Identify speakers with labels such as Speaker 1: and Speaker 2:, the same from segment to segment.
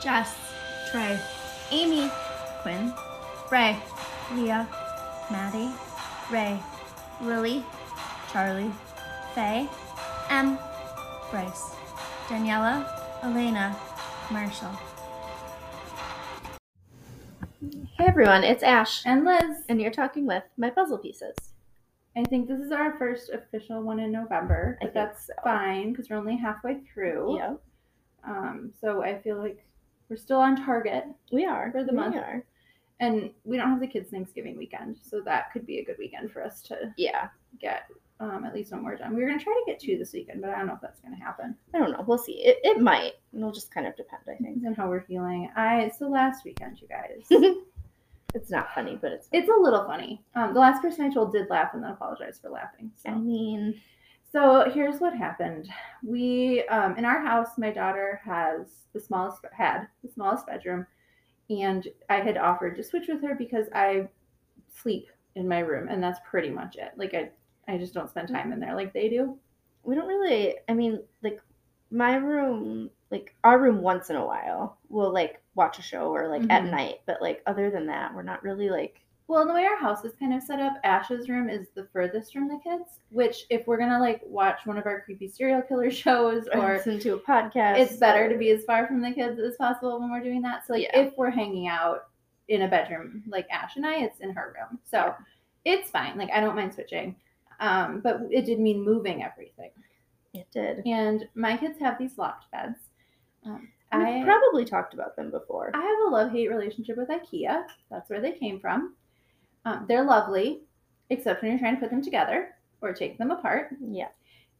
Speaker 1: Jess, Trey, Amy, Quinn, Ray, Leah, Maddie, Ray, Lily, Charlie, Faye, Em, Bryce, Daniela, Elena, Marshall.
Speaker 2: Hey everyone, it's Ash,
Speaker 3: And Liz,
Speaker 2: and you're talking with my puzzle pieces.
Speaker 3: I think this is our first official one in November,
Speaker 2: I think
Speaker 3: but that's fine because we're only halfway through.
Speaker 2: Yeah,
Speaker 3: Um, so I feel like we're still on target,
Speaker 2: we are
Speaker 3: For the
Speaker 2: we
Speaker 3: month.
Speaker 2: Are.
Speaker 3: and we don't have the kids' Thanksgiving weekend, so that could be a good weekend for us to
Speaker 2: Yeah,
Speaker 3: get um, at least one more done. We were gonna try to get two this weekend, but I don't know if that's gonna happen.
Speaker 2: I don't know. We'll see. It, it might. It'll just kind of depend. I think
Speaker 3: Depends on how we're feeling. I so last weekend, you guys.
Speaker 2: it's not funny, but it's.
Speaker 3: It's a little funny. Um, the last person I told did laugh and then apologized for laughing. So.
Speaker 2: I mean,
Speaker 3: So here's what happened. We um, in our house, my daughter has the smallest had the smallest bedroom, and I had offered to switch with her because I sleep in my room, and that's pretty much it. Like I I just don't spend time in there like they do.
Speaker 2: we don't really. I mean, like my room, like our room, once in a while, we'll like watch a show or like at
Speaker 3: Mhm.
Speaker 2: night. But like other than that, we're not really like.
Speaker 3: Well, the way our house is kind of set up, Ash's room is the furthest from the kids. Which, if we're gonna like watch one of our creepy serial killer shows or
Speaker 2: listen to a podcast.
Speaker 3: it's better to be as far from the kids as possible when we're doing that. So like
Speaker 2: Yeah.
Speaker 3: if we're hanging out in a bedroom like Ash and I, it's in her room. So
Speaker 2: Yeah.
Speaker 3: it's fine. Like I don't mind switching. Um, but it did mean moving everything.
Speaker 2: It did.
Speaker 3: And my kids have these locked beds. Um,
Speaker 2: We've
Speaker 3: I
Speaker 2: probably talked about them before.
Speaker 3: I have a love hate relationship with IKEA. That's where they came from. Um, they're lovely, except when you're trying to put them together or take them apart
Speaker 2: yeah.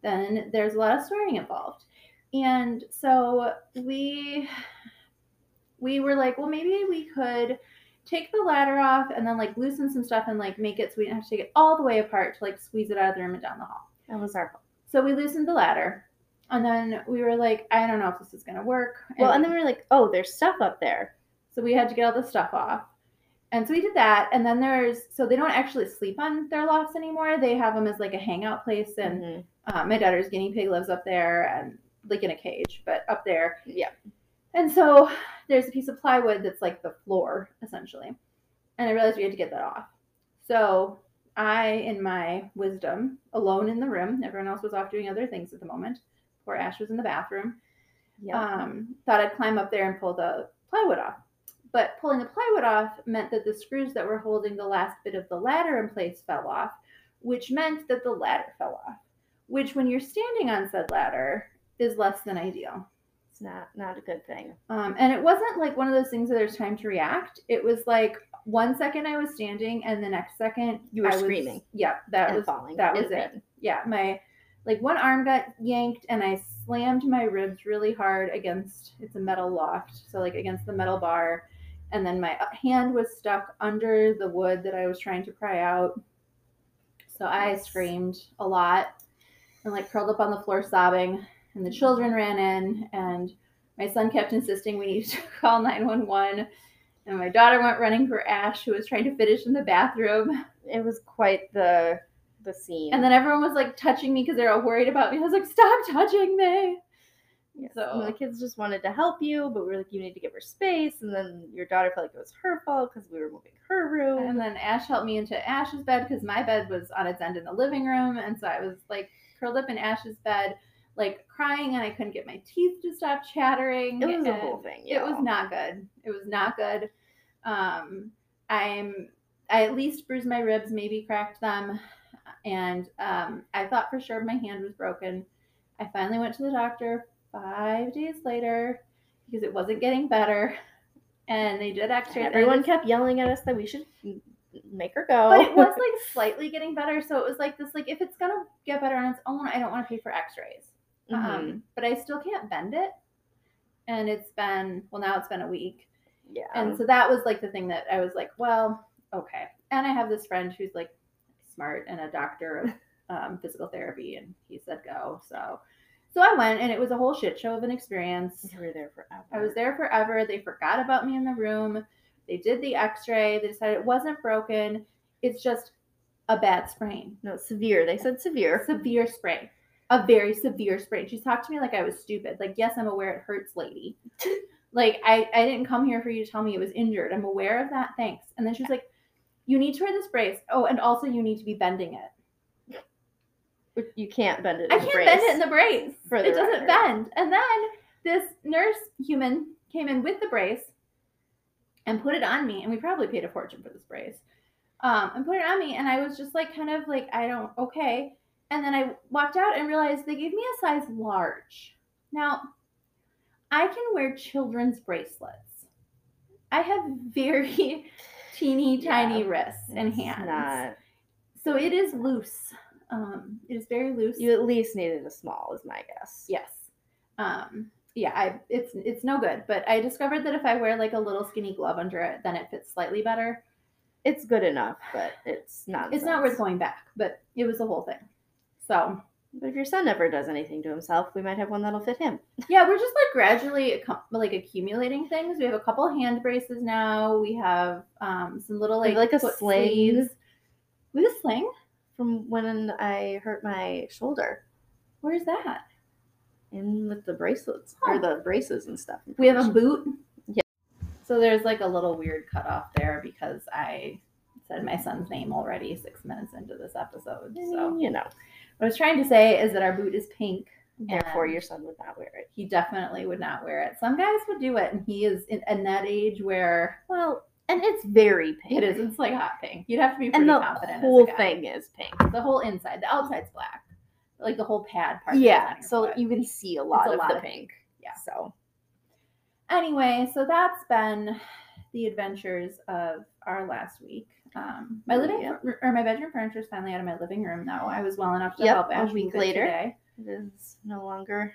Speaker 3: then there's a lot of swearing involved. And so we we were like, well, maybe we could take the ladder off and then like loosen some stuff and like make it so we didn't have to take it all the way apart to like squeeze it out of the room and down the hall.
Speaker 2: That was our
Speaker 3: So we loosened the ladder. And then we were like, I don't know if this is gonna work.
Speaker 2: well, and then we were like, "Oh, there's stuff up there."
Speaker 3: so we had to get all the stuff off. And so we did that. And then there's so they don't actually sleep on their lofts anymore. They have them as like a hangout place and
Speaker 2: Mhm.
Speaker 3: uh, my daughter's guinea pig lives up there and like in a cage, but up there.
Speaker 2: Yeah.
Speaker 3: And so there's a piece of plywood that's like the floor essentially. And I realized we had to get that off. So I, in my wisdom, alone in the room, everyone else was off doing other things at the moment. Poor Ash was in the bathroom.
Speaker 2: Yeah.
Speaker 3: Um, thought I'd climb up there and pull the plywood off. But pulling the plywood off meant that the screws that were holding the last bit of the ladder in place fell off, which meant that the ladder fell off, which, when you're standing on said ladder, is less than ideal.
Speaker 2: it's not not a good thing.
Speaker 3: Um, and it wasn't like one of those things where there's time to react. It was like one second I was standing, and the next second
Speaker 2: You were
Speaker 3: I was-
Speaker 2: screaming
Speaker 3: Yeah, that
Speaker 2: and
Speaker 3: was
Speaker 2: falling.
Speaker 3: that
Speaker 2: and
Speaker 3: was it.
Speaker 2: being-
Speaker 3: yeah, my like one arm got yanked and I slammed my ribs really hard against it's a metal loft, so like against the metal bar. And then my uh, hand was stuck under the wood that I was trying to pry out. So I
Speaker 2: Nice.
Speaker 3: screamed a lot and like curled up on the floor sobbing. And the children ran in, and my son kept insisting we needed to call 911. And my daughter went running for Ash, who was trying to finish in the bathroom.
Speaker 2: It was quite the the scene.
Speaker 3: And then everyone was like touching me because they were all worried about me. I was like, stop touching me.
Speaker 2: Yes. And the
Speaker 3: So
Speaker 2: kids just wanted to help you, but we were like, "You need to give her space." And then your daughter felt like it was her fault because we were moving her room.
Speaker 3: and then Ash helped me into Ash's bed because my bed was on its end in the living room. And so I was like curled up in Ash's bed, like crying, and I couldn't get my teeth to stop chattering.
Speaker 2: it was a
Speaker 3: and
Speaker 2: whole thing.
Speaker 3: It was
Speaker 2: y'all.
Speaker 3: not good. It was not good. Um I'm I at least bruised my ribs, maybe cracked them. And um, I thought for sure my hand was broken. I finally went to the doctor five days later because it wasn't getting better. And they did x rays.
Speaker 2: Everyone kept yelling at us that we should m- make her go.
Speaker 3: But it was like slightly getting better. So it was like this like, if it's going to get better on its own, I don't want to pay for x rays.
Speaker 2: Mhm.
Speaker 3: Um, but I still can't bend it. And it's been, well, now it's been a week.
Speaker 2: yeah.
Speaker 3: And so that was like the thing that I was like, well, okay. And I have this friend who's like smart and a doctor of um, physical therapy, and he said go. So, so I went, and it was a whole shit show of an experience.
Speaker 2: we were there forever.
Speaker 3: I was there forever. They forgot about me in the room. They did the X-ray. They decided it wasn't broken. It's just a bad sprain,
Speaker 2: No, severe. They said severe.
Speaker 3: severe sprain, a very severe sprain. She talked to me like I was stupid. Like, yes, I'm aware it hurts, lady. Like, I, I didn't come here for you to tell me it was injured. I'm aware of that. Thanks. And then she's like, you need to wear this brace. Oh, and also you need to be bending it.
Speaker 2: Which You can't bend it.
Speaker 3: I
Speaker 2: in
Speaker 3: can't
Speaker 2: brace.
Speaker 3: bend it in the brace.
Speaker 2: For the
Speaker 3: it
Speaker 2: record.
Speaker 3: doesn't bend. And then this nurse human came in with the brace and put it on me, and we probably paid a fortune for this brace. Um, and put it on me, and I was just like, kind of like, I don't, okay. And then I walked out and realized they gave me a size large. Now, I can wear children's bracelets. I have very teeny
Speaker 2: Yeah,
Speaker 3: tiny wrists and
Speaker 2: It's
Speaker 3: hands,
Speaker 2: Not,
Speaker 3: so it is loose. Um, it is very loose.
Speaker 2: you at least needed a small, is my guess.
Speaker 3: Yes. Um, yeah, I it's it's no good, but I discovered that if I wear like a little skinny glove under it, then it fits slightly better.
Speaker 2: It's good enough, but it's not.
Speaker 3: It's not worth going back, but it was the whole thing. So
Speaker 2: But if your son ever does anything to himself, we might have one that'll fit him.
Speaker 3: yeah, we're just like gradually accu- like accumulating things. We have a couple hand braces now. We have um some little
Speaker 2: We have,
Speaker 3: like
Speaker 2: like, a
Speaker 3: foot
Speaker 2: sling.
Speaker 3: sleeves. We have a sling.
Speaker 2: From when I hurt my shoulder,
Speaker 3: Where's that?
Speaker 2: in with the bracelets
Speaker 3: Huh.
Speaker 2: or the braces and stuff.
Speaker 3: We have a boot.
Speaker 2: Yeah.
Speaker 3: So there's like a little weird cutoff there because I said my son's name already six minutes into this episode.
Speaker 2: I mean,
Speaker 3: So
Speaker 2: you know.
Speaker 3: What I was trying to say is that our boot is pink.
Speaker 2: Therefore,
Speaker 3: And-
Speaker 2: your son would not wear it.
Speaker 3: He definitely would not wear it. Some guys would do it, and he is in, in that age where
Speaker 2: Well, and it's very pink.
Speaker 3: it is. It's like hot pink. You'd have to be pretty
Speaker 2: And the
Speaker 3: confident. as a
Speaker 2: whole
Speaker 3: guy.
Speaker 2: thing is pink.
Speaker 3: the whole inside, the outside's black, like the whole pad part.
Speaker 2: Yeah,
Speaker 3: that's on
Speaker 2: so
Speaker 3: your foot.
Speaker 2: you can see a lot
Speaker 3: a
Speaker 2: of
Speaker 3: lot
Speaker 2: the
Speaker 3: of
Speaker 2: pink.
Speaker 3: Yeah.
Speaker 2: So
Speaker 3: anyway, so that's been the adventures of our last week. Um, my living
Speaker 2: Yep.
Speaker 3: or my bedroom furniture is finally out of my living room now. I was well enough to
Speaker 2: Yep,
Speaker 3: help
Speaker 2: a
Speaker 3: Ash
Speaker 2: week
Speaker 3: move it
Speaker 2: later.
Speaker 3: today.
Speaker 2: it is no longer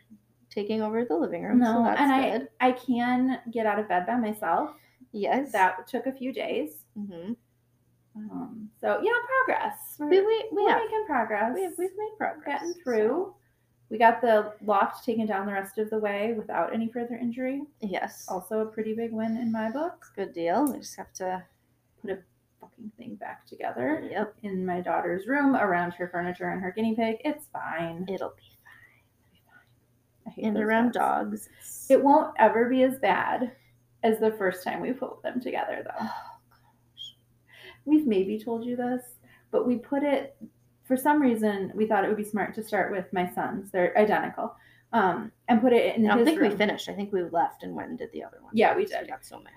Speaker 2: taking over the living room. so
Speaker 3: No,
Speaker 2: that's
Speaker 3: and I
Speaker 2: good.
Speaker 3: I can get out of bed by myself.
Speaker 2: yes.
Speaker 3: That took a few days.
Speaker 2: hmm
Speaker 3: Um, so yeah, progress. We're,
Speaker 2: We we we
Speaker 3: we're
Speaker 2: have
Speaker 3: making progress.
Speaker 2: Uh, we have, we've made progress.
Speaker 3: gotten
Speaker 2: so-
Speaker 3: through. We got the loft taken down the rest of the way without any further injury.
Speaker 2: Yes.
Speaker 3: Also a pretty big win in my book.
Speaker 2: Good deal. We just have to.
Speaker 3: Put a fucking thing back together
Speaker 2: Yep.
Speaker 3: in my daughter's room around her furniture and her guinea pig. It's fine.
Speaker 2: It'll be
Speaker 3: I hate
Speaker 2: and
Speaker 3: those
Speaker 2: around dogs.
Speaker 3: dogs.
Speaker 2: it's-
Speaker 3: It won't ever be as bad as the first time we put them together, though.
Speaker 2: Oh,
Speaker 3: We've maybe told you this, but we put it for some reason. We thought it would be smart to start with my sons. They're identical, um, and put it in
Speaker 2: I don't
Speaker 3: his
Speaker 2: think
Speaker 3: room.
Speaker 2: we finished. I think we left and went and did the other one.
Speaker 3: Yeah, we
Speaker 2: So
Speaker 3: did.
Speaker 2: got so mad.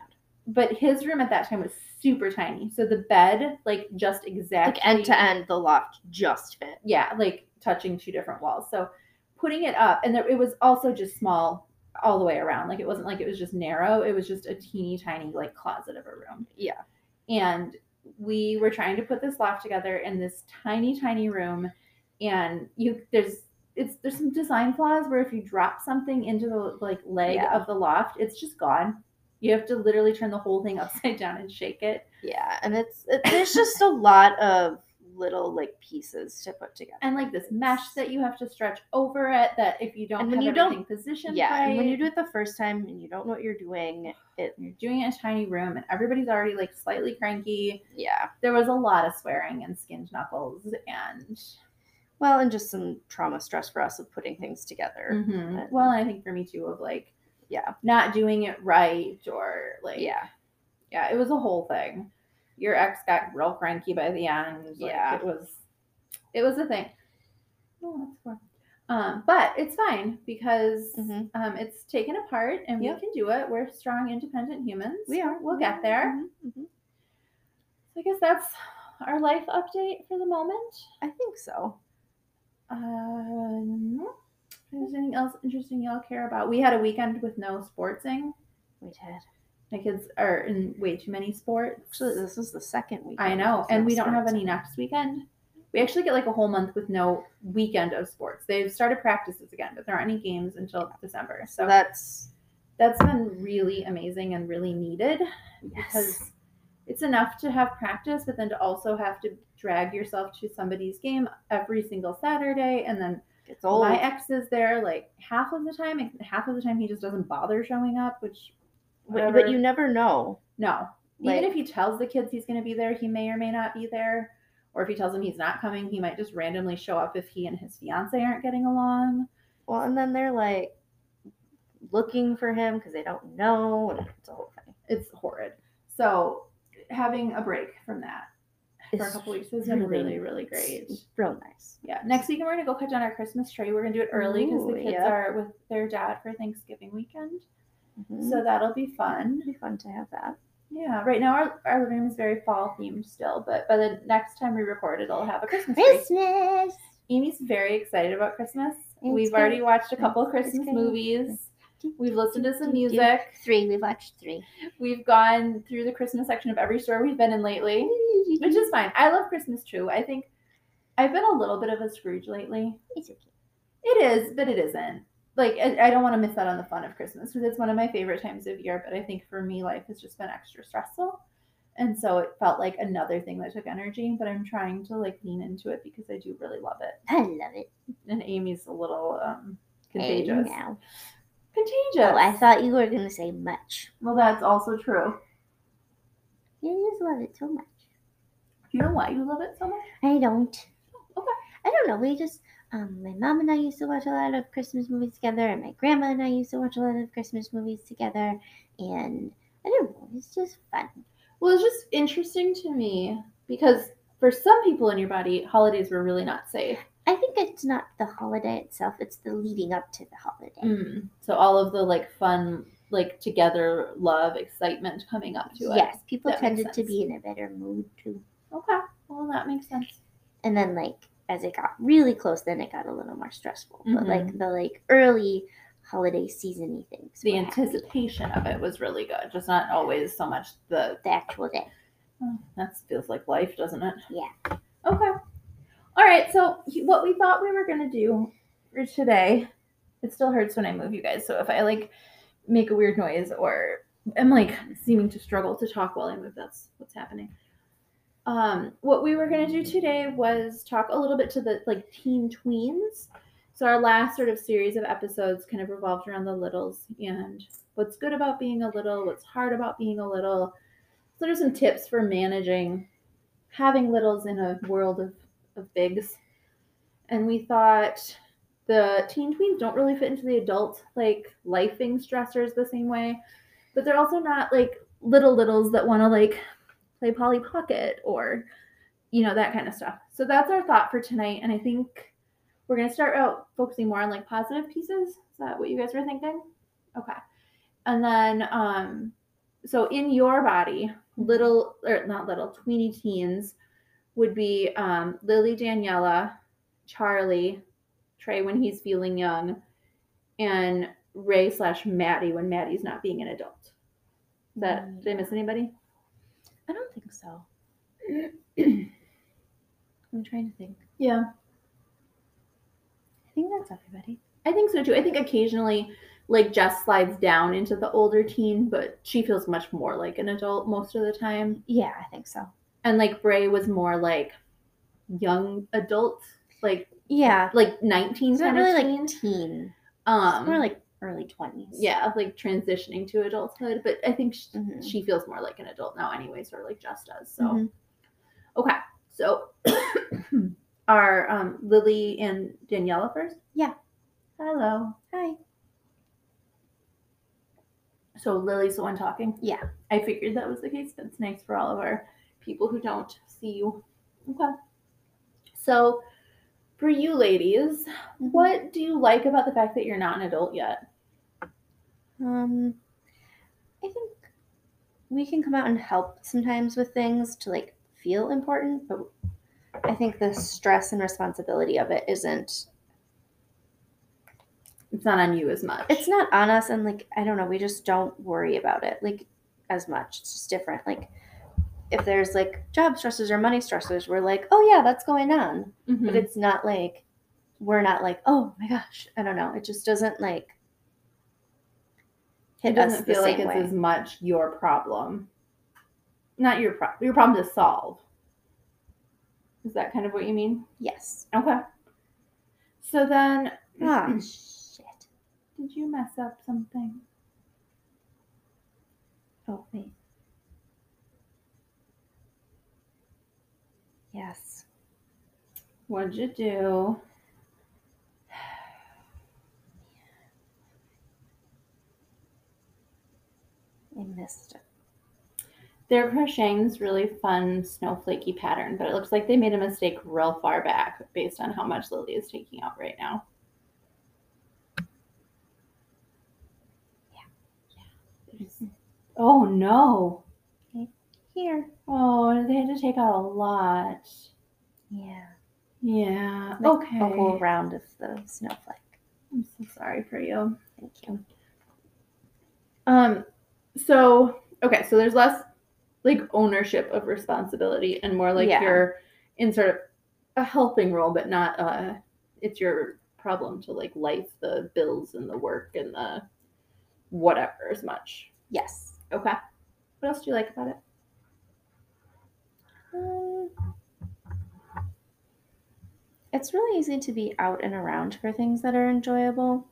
Speaker 3: but his room at that time was super tiny, so the bed like just exactly
Speaker 2: Like end to end, the loft just fit.
Speaker 3: yeah, like touching two different walls. So putting it up, and there, it was also just small all the way around. Like it wasn't like it was just narrow. It was just a teeny tiny like closet of a room.
Speaker 2: Yeah.
Speaker 3: And we were trying to put this loft together in this tiny tiny room, and you there's it's there's some design flaws where if you drop something into the like leg
Speaker 2: Yeah.
Speaker 3: of the loft, it's just gone. You have to literally turn the whole thing upside down and shake it.
Speaker 2: Yeah, and it's it, there's just a lot of little like pieces to put together.
Speaker 3: And like this mesh that you have to stretch over it, that if you don't
Speaker 2: And when
Speaker 3: have
Speaker 2: you don't-
Speaker 3: everything positioned
Speaker 2: yeah,
Speaker 3: right,
Speaker 2: and when you do it the first time and you don't know what you're doing, it
Speaker 3: you're doing it in a tiny room and everybody's already like slightly cranky.
Speaker 2: yeah.
Speaker 3: There was a lot of swearing and skinned knuckles and
Speaker 2: Well, and just some trauma stress for us of putting things together.
Speaker 3: Mhm. well, and I think for me too of like
Speaker 2: Mm-hmm. Yeah.
Speaker 3: not doing it right or like
Speaker 2: Yeah,
Speaker 3: yeah, it was a whole thing. Your ex got real cranky by the end. like,
Speaker 2: Yeah.
Speaker 3: it was it was a thing. Oh, that's fun. Um, but it's fine because
Speaker 2: Mhm.
Speaker 3: um, it's taken apart and
Speaker 2: Yep.
Speaker 3: we can do it. We're strong, independent humans.
Speaker 2: we are.
Speaker 3: We'll get there.
Speaker 2: Mhm, mhm.
Speaker 3: So I guess that's our life update for the moment.
Speaker 2: I think so.
Speaker 3: Um, is anything else interesting y'all care about? We had a weekend with no sportsing.
Speaker 2: We did.
Speaker 3: My kids are in way too many sports.
Speaker 2: Actually, this is the second week.
Speaker 3: I know, and we don't have any next weekend. We actually get like a whole month with no weekend of sports. They've started practices again, but there aren't any games until December. So
Speaker 2: So that's
Speaker 3: that's been really amazing and really needed because
Speaker 2: yes.
Speaker 3: it's enough to have practice, but then to also have to drag yourself to somebody's game every single Saturday. And then
Speaker 2: It's old.
Speaker 3: my ex is there like half of the time, and half of the time he just doesn't bother showing up, which,
Speaker 2: but,
Speaker 3: whatever.
Speaker 2: but you never know.
Speaker 3: no.
Speaker 2: Like,
Speaker 3: Even if he tells the kids he's going to be there, he may or may not be there. Or if he tells them he's not coming, he might just randomly show up if he and his fiance aren't getting along.
Speaker 2: well, and then they're like, looking for him because they don't know, and it's a whole thing.
Speaker 3: It's horrid. So having a break from that for a
Speaker 2: It's
Speaker 3: couple weeks has been
Speaker 2: really
Speaker 3: really, really great.
Speaker 2: It's real nice.
Speaker 3: Yeah. Next weekend we're gonna go cut down our Christmas tree. We're gonna do it early because the
Speaker 2: Ooh,
Speaker 3: kids
Speaker 2: yeah.
Speaker 3: are with their dad for Thanksgiving weekend.
Speaker 2: Mhm.
Speaker 3: So that'll be fun.
Speaker 2: it'd be fun to have that.
Speaker 3: Yeah. Right now our, our living room is very fall themed still, but by the next time we record it'll have a Christmas tree.
Speaker 2: Christmas.
Speaker 3: Amy's very excited about Christmas.
Speaker 2: It's
Speaker 3: We've
Speaker 2: good.
Speaker 3: already watched a couple of
Speaker 2: It's
Speaker 3: Christmas
Speaker 2: good.
Speaker 3: movies. We've listened to some music.
Speaker 2: Three. We've watched three.
Speaker 3: We've gone through the Christmas section of every store we've been in lately, which is fine. I love Christmas too. I think I've been a little bit of a Scrooge lately.
Speaker 2: It's okay.
Speaker 3: It is, but it isn't. Like I, I don't want to miss out on the fun of Christmas because it's one of my favorite times of year. But I think for me, life has just been extra stressful, and so it felt like another thing that took energy. But I'm trying to like lean into it because I do really love it.
Speaker 2: I love it.
Speaker 3: And Amy's a little um,
Speaker 2: And
Speaker 3: contagious.
Speaker 2: now.
Speaker 3: Contagious.
Speaker 2: Oh, I thought you were gonna say much.
Speaker 3: well, that's also true.
Speaker 2: You just love it so much.
Speaker 3: You know why you love it so much?
Speaker 2: I don't. Oh,
Speaker 3: Okay.
Speaker 2: I don't know. We just, um, my mom and I used to watch a lot of Christmas movies together, and my grandma and I used to watch a lot of Christmas movies together, and I don't know. It's just fun.
Speaker 3: Well, it's just interesting to me because for some people in your body, holidays were really not safe.
Speaker 2: I think it's not the holiday itself; it's the leading up to the holiday.
Speaker 3: So all of the like fun, like together love, excitement coming up to it.
Speaker 2: Yes, people
Speaker 3: That makes
Speaker 2: tended to
Speaker 3: sense.
Speaker 2: be in a better mood too.
Speaker 3: Okay. Well, that makes sense.
Speaker 2: And then, like, as it got really close, then it got a little more stressful. But
Speaker 3: Mhm.
Speaker 2: like the like early holiday seasony things,
Speaker 3: The
Speaker 2: were happy.
Speaker 3: anticipation of it was really good. Just not always so much the
Speaker 2: the actual day.
Speaker 3: oh, that feels like life, doesn't it?
Speaker 2: Yeah.
Speaker 3: Okay. All right. So he- what we thought we were gonna do for today, it still hurts when I move you guys. So if I like make a weird noise or am like seeming to struggle to talk while I move, that's what's happening. Um, what we were gonna do today was talk a little bit to the like teen tweens. So our last sort of series of episodes kind of revolved around the littles and what's good about being a little, what's hard about being a little. So there's some tips for managing having littles in a world of, of bigs. And we thought the teen tweens don't really fit into the adult like lifing stressors the same way, but they're also not like little littles that want to like play Polly Pocket or you know that kind of stuff. So that's our thought for tonight, and I think we're gonna start out focusing more on like positive pieces. Is that what you guys were thinking? Okay, and then um, so in your body, little or not little tweeny teens would be um, Lily Daniela, Charlie, Trey when he's feeling young, and Ray slash Maddie when Maddie's not being an adult. Is That did I miss anybody?
Speaker 2: I don't think so.
Speaker 3: I'm trying to think. Yeah,
Speaker 2: I think that's everybody.
Speaker 3: I think so too. I think occasionally, like Jess slides down into the older teen, but she feels much more like an adult most of the time.
Speaker 2: Yeah, I think so.
Speaker 3: And like Bray was more like young adult, like
Speaker 2: Yeah.
Speaker 3: like 19
Speaker 2: It's not
Speaker 3: kind
Speaker 2: really
Speaker 3: of
Speaker 2: like
Speaker 3: teen.
Speaker 2: teen.
Speaker 3: um
Speaker 2: It's more like early twenties.
Speaker 3: yeah like transitioning to adulthood but i think she,
Speaker 2: Mhm.
Speaker 3: she feels more like an adult now anyways or like just does so
Speaker 2: Mhm.
Speaker 3: okay so are um, lily and daniela first
Speaker 2: Yeah.
Speaker 3: hello
Speaker 2: Hi.
Speaker 3: so lily's the one talking
Speaker 2: Yeah.
Speaker 3: i figured that was the case but it's nice for all of our people who don't see you okay so for you ladies
Speaker 2: Mm-hmm.
Speaker 3: what do you like about the fact that you're not an adult yet
Speaker 2: Um, I think we can come out and help sometimes with things to like feel important, but I think the stress and responsibility of it isn't.
Speaker 3: it's not on you as much
Speaker 2: It's not on us, and like I don't know, we just don't worry about it like as much. It's just different. Like if there's like job stresses or money stresses, we're like, oh yeah, that's going on.
Speaker 3: Mhm.
Speaker 2: but it's not like we're not like oh my gosh i don't know it just doesn't like hit
Speaker 3: it doesn't
Speaker 2: us
Speaker 3: feel
Speaker 2: the
Speaker 3: like
Speaker 2: same
Speaker 3: it's
Speaker 2: way
Speaker 3: as much your problem not your problem your problem to solve is that kind of what you mean
Speaker 2: yes
Speaker 3: okay so then
Speaker 2: ah shit
Speaker 3: did you mess up something
Speaker 2: oh wait yes
Speaker 3: what'd you do
Speaker 2: I missed it.
Speaker 3: They're crocheting this really fun snowflakey pattern, but it looks like they made a mistake real far back based on how much Lily is taking out right now. Yeah. Yeah. Oh no.
Speaker 2: Here.
Speaker 3: Oh, they had to take out a lot.
Speaker 2: Yeah.
Speaker 3: Yeah.
Speaker 2: Like
Speaker 3: Okay.
Speaker 2: A whole round of the snowflake.
Speaker 3: I'm so sorry for you.
Speaker 2: Thank you.
Speaker 3: Um, so okay, so there's less like ownership of responsibility and more like
Speaker 2: Yeah.
Speaker 3: you're in sort of a helping role, but not uh it's your problem to like life the bills and the work and the whatever as much.
Speaker 2: Yes.
Speaker 3: Okay. What else do you like about it?
Speaker 2: Um, it's really easy to be out and around for things that are enjoyable.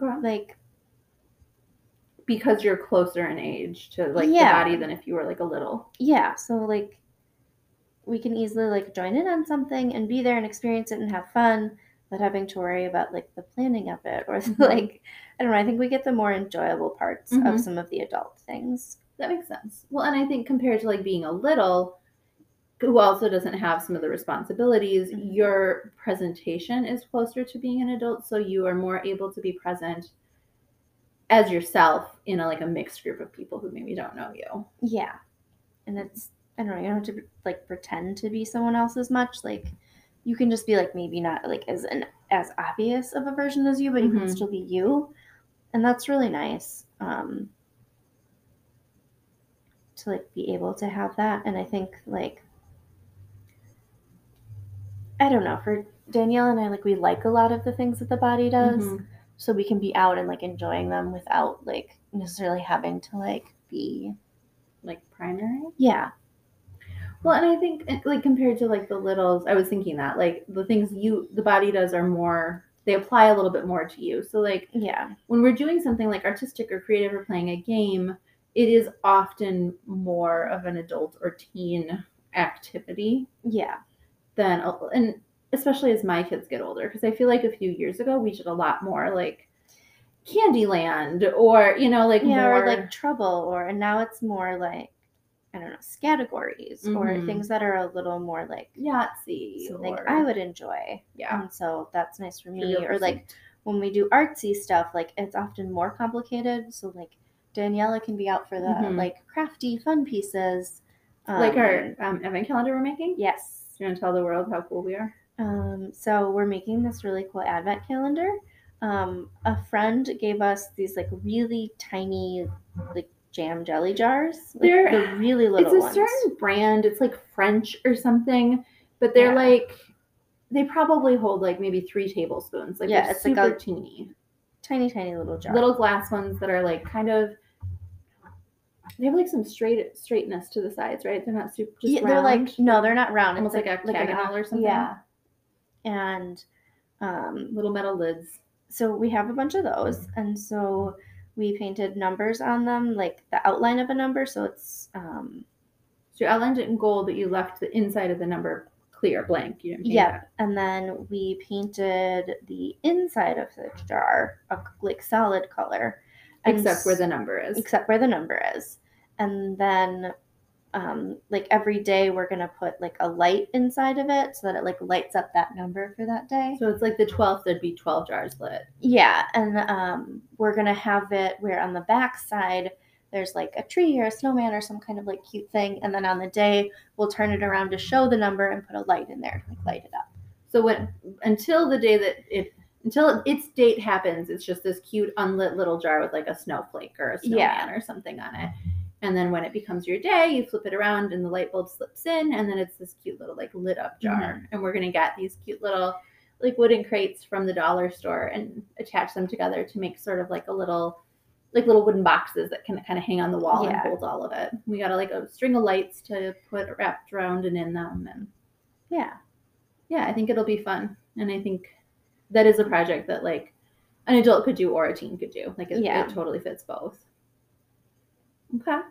Speaker 3: Okay.
Speaker 2: Like,
Speaker 3: Because you're closer in age to like
Speaker 2: Yeah.
Speaker 3: the body than if you were like a little.
Speaker 2: yeah, so like we can easily like join in on something and be there and experience it and have fun without having to worry about like the planning of it or
Speaker 3: Mhm.
Speaker 2: like I don't know, I think we get the more enjoyable parts
Speaker 3: Mhm.
Speaker 2: of some of the adult things.
Speaker 3: That makes sense. Well, and I think compared to like being a little, who also doesn't have some of the responsibilities,
Speaker 2: Mhm.
Speaker 3: your presentation is closer to being an adult, so you are more able to be present as yourself in a like a mixed group of people who maybe don't know you.
Speaker 2: Yeah. And it's, I don't know, you don't have to like pretend to be someone else as much. Like, you can just be like maybe not like as an as obvious of a version as you, but you can
Speaker 3: Mhm.
Speaker 2: still be you, and that's really nice. Um, to like be able to have that, and I think like I don't know for Danielle and I like we like a lot of the things that the body does,
Speaker 3: Mhm.
Speaker 2: so we can be out and like enjoying them without like necessarily having to like be
Speaker 3: Like primary.
Speaker 2: yeah
Speaker 3: Well, and I think uh, like compared to like the littles, I was thinking that like the things you the body does are more they apply a little bit more to you. So like
Speaker 2: Yeah.
Speaker 3: when we're doing something like artistic or creative or playing a game, it is often more of an adult or teen activity
Speaker 2: Yeah.
Speaker 3: than, a- and especially as my kids get older, because I feel like a few years ago we did a lot more like Candyland or, you know, like
Speaker 2: Yeah.
Speaker 3: more
Speaker 2: Or like trouble, or and now it's more like I don't know, categories or
Speaker 3: Mhm.
Speaker 2: things that are a little more like
Speaker 3: Yahtzee.
Speaker 2: something
Speaker 3: or,
Speaker 2: I would enjoy,
Speaker 3: yeah.
Speaker 2: and so that's nice for me.
Speaker 3: Trivial
Speaker 2: Or like
Speaker 3: Pursuit.
Speaker 2: when we do artsy stuff, like it's often more complicated. So like Daniela can be out for the
Speaker 3: Mhm.
Speaker 2: like crafty, fun pieces,
Speaker 3: like our
Speaker 2: Um,
Speaker 3: um, event calendar we're making.
Speaker 2: yes.
Speaker 3: Do you want to tell the world how cool we are?
Speaker 2: Um, so we're making this really cool advent calendar. Um, a friend gave us these like really tiny like jam jelly jars. Like,
Speaker 3: They're-
Speaker 2: the really little
Speaker 3: it's a
Speaker 2: ones.
Speaker 3: certain brand it's like french or something but they're
Speaker 2: Yeah.
Speaker 3: like they probably hold like maybe three tablespoons like
Speaker 2: Yeah,
Speaker 3: they're
Speaker 2: it's like
Speaker 3: super
Speaker 2: a
Speaker 3: teeny
Speaker 2: tiny, tiny little jar.
Speaker 3: little glass ones that are like kind of they have like some straight straightness to the sides right they're not super just
Speaker 2: Yeah, they're
Speaker 3: round.
Speaker 2: like no, they're not round.
Speaker 3: almost
Speaker 2: it's
Speaker 3: like,
Speaker 2: like, like an
Speaker 3: octagonal or something
Speaker 2: Yeah. And um,
Speaker 3: little metal lids
Speaker 2: so we have a bunch of those and so we painted numbers on them like the outline of a number so it's um
Speaker 3: so you outlined it in gold but you left the inside of the number clear blank you didn't paint
Speaker 2: Yeah,
Speaker 3: it.
Speaker 2: and then we painted the inside of the jar a c- like solid color, and
Speaker 3: except where
Speaker 2: s-
Speaker 3: the number is
Speaker 2: except where the number is, and then um, like every day we're gonna put like a light inside of it so that it like lights up that number for that day.
Speaker 3: so it's like the 12th there'd be 12 jars lit
Speaker 2: Yeah, and um, we're gonna have it where on the back side there's like a tree or a snowman or some kind of like cute thing, and then on the day we'll turn it around to show the number and put a light in there to like light it up.
Speaker 3: So when until the day that it until its date happens, it's just this cute unlit little jar with like a snowflake or a snowman
Speaker 2: Yeah.
Speaker 3: or something on it. And then when it becomes your day, you flip it around and the light bulb slips in, and then it's this cute little like lit up jar.
Speaker 2: Mm-hmm.
Speaker 3: And we're gonna get these cute little like wooden crates from the dollar store and attach them together to make sort of like a little like little wooden boxes that can kind of hang on the wall and
Speaker 2: Yeah.
Speaker 3: hold all of it. We got a, like a string of lights to put wrapped around and in them and
Speaker 2: Yeah.
Speaker 3: yeah, I think it'll be fun. And I think that is a project that like an adult could do or a teen could do. Like it,
Speaker 2: Yeah.
Speaker 3: it totally fits both. Okay.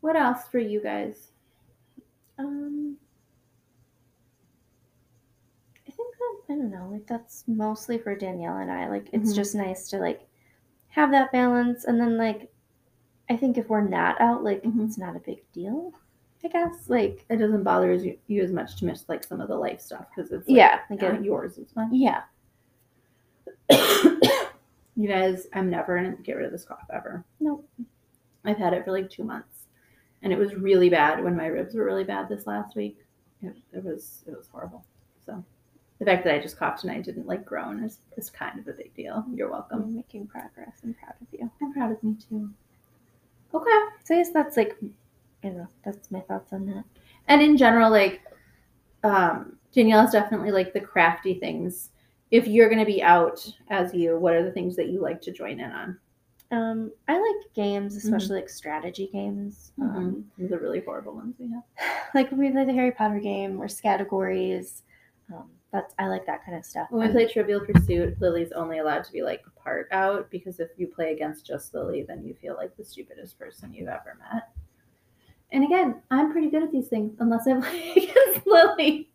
Speaker 3: What else for you guys?
Speaker 2: Um, I think that I don't know. Like that's mostly for Danielle and I. Like it's
Speaker 3: Mhm.
Speaker 2: just nice to like have that balance. And then, like, I think if we're not out, like,
Speaker 3: Mhm.
Speaker 2: it's not a big deal, I guess. Like,
Speaker 3: It doesn't bother you, you as much to miss like some of the life stuff because it's like,
Speaker 2: yeah, like,
Speaker 3: not
Speaker 2: it-
Speaker 3: yours. It's not.
Speaker 2: yeah.
Speaker 3: you guys, I'm never gonna get rid of this cough ever.
Speaker 2: Nope.
Speaker 3: I've had it for like two months, and it was really bad when my ribs were really bad this last week. It, it was it was horrible. So the fact that I just coughed and I didn't like groan is is kind of a big deal. You're welcome.
Speaker 2: I'm making progress. I'm proud of you.
Speaker 3: I'm proud of me too. Okay.
Speaker 2: So I guess that's like, I don't know. That's my thoughts on that.
Speaker 3: and in general like um danielle is definitely like the crafty things if you're going to be out as you what are the things that you like to join in on
Speaker 2: Um, I like games, especially like strategy games.
Speaker 3: Mm-hmm.
Speaker 2: Um,
Speaker 3: These are really horrible ones we have
Speaker 2: like when we play the Harry Potter game or categories. Um, that's I like that kind of stuff.
Speaker 3: when we
Speaker 2: And-
Speaker 3: play trivial pursuit lily's only allowed to be like part out because if you play against just lily then you feel like the stupidest person you've ever met and again i'm pretty good at these things unless i play against lily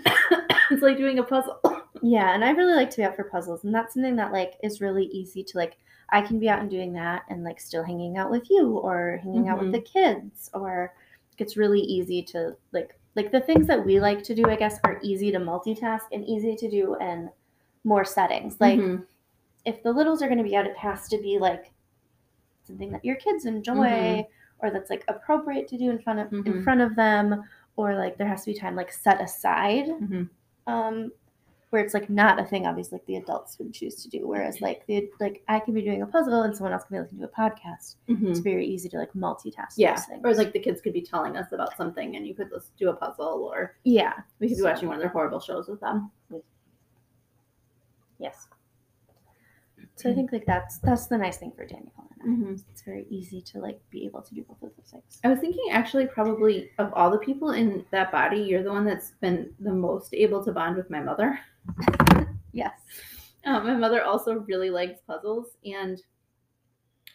Speaker 3: it's like doing a puzzle
Speaker 2: Yeah, and I really like to be out for puzzles, and that's something that like is really easy to like. I can be out and doing that, and like still hanging out with you, or hanging out with
Speaker 3: Mhm.
Speaker 2: the kids, or it's really easy to like like the things that we like to do. I guess are easy to multitask and easy to do in more settings. Like
Speaker 3: Mhm.
Speaker 2: if the littles are going to be out, it has to be like something that your kids enjoy,
Speaker 3: Mhm.
Speaker 2: or that's like appropriate to do in front of in
Speaker 3: Mhm.
Speaker 2: front of them, or like there has to be time like set aside
Speaker 3: Mhm.
Speaker 2: um where it's like not a thing obviously like the adults would choose to do whereas
Speaker 3: Mm-hmm.
Speaker 2: like the like i could be doing a puzzle and someone else could be listening to a podcast
Speaker 3: Mhm.
Speaker 2: it's very easy to like multitask
Speaker 3: Yeah,
Speaker 2: those things.
Speaker 3: or like the kids could be telling us about something, and you could just do a puzzle, or
Speaker 2: yeah
Speaker 3: we could be watching one of their horrible shows with them.
Speaker 2: yes so i
Speaker 3: Mm.
Speaker 2: think like that's that's the nice thing for danielle and I.
Speaker 3: Mhm.
Speaker 2: it's very easy to like be able to do both of those things
Speaker 3: I was thinking, actually, probably of all the people in that body, you're the one that's been the most able to bond with my mother.
Speaker 2: yes
Speaker 3: Um, my mother also really likes puzzles, and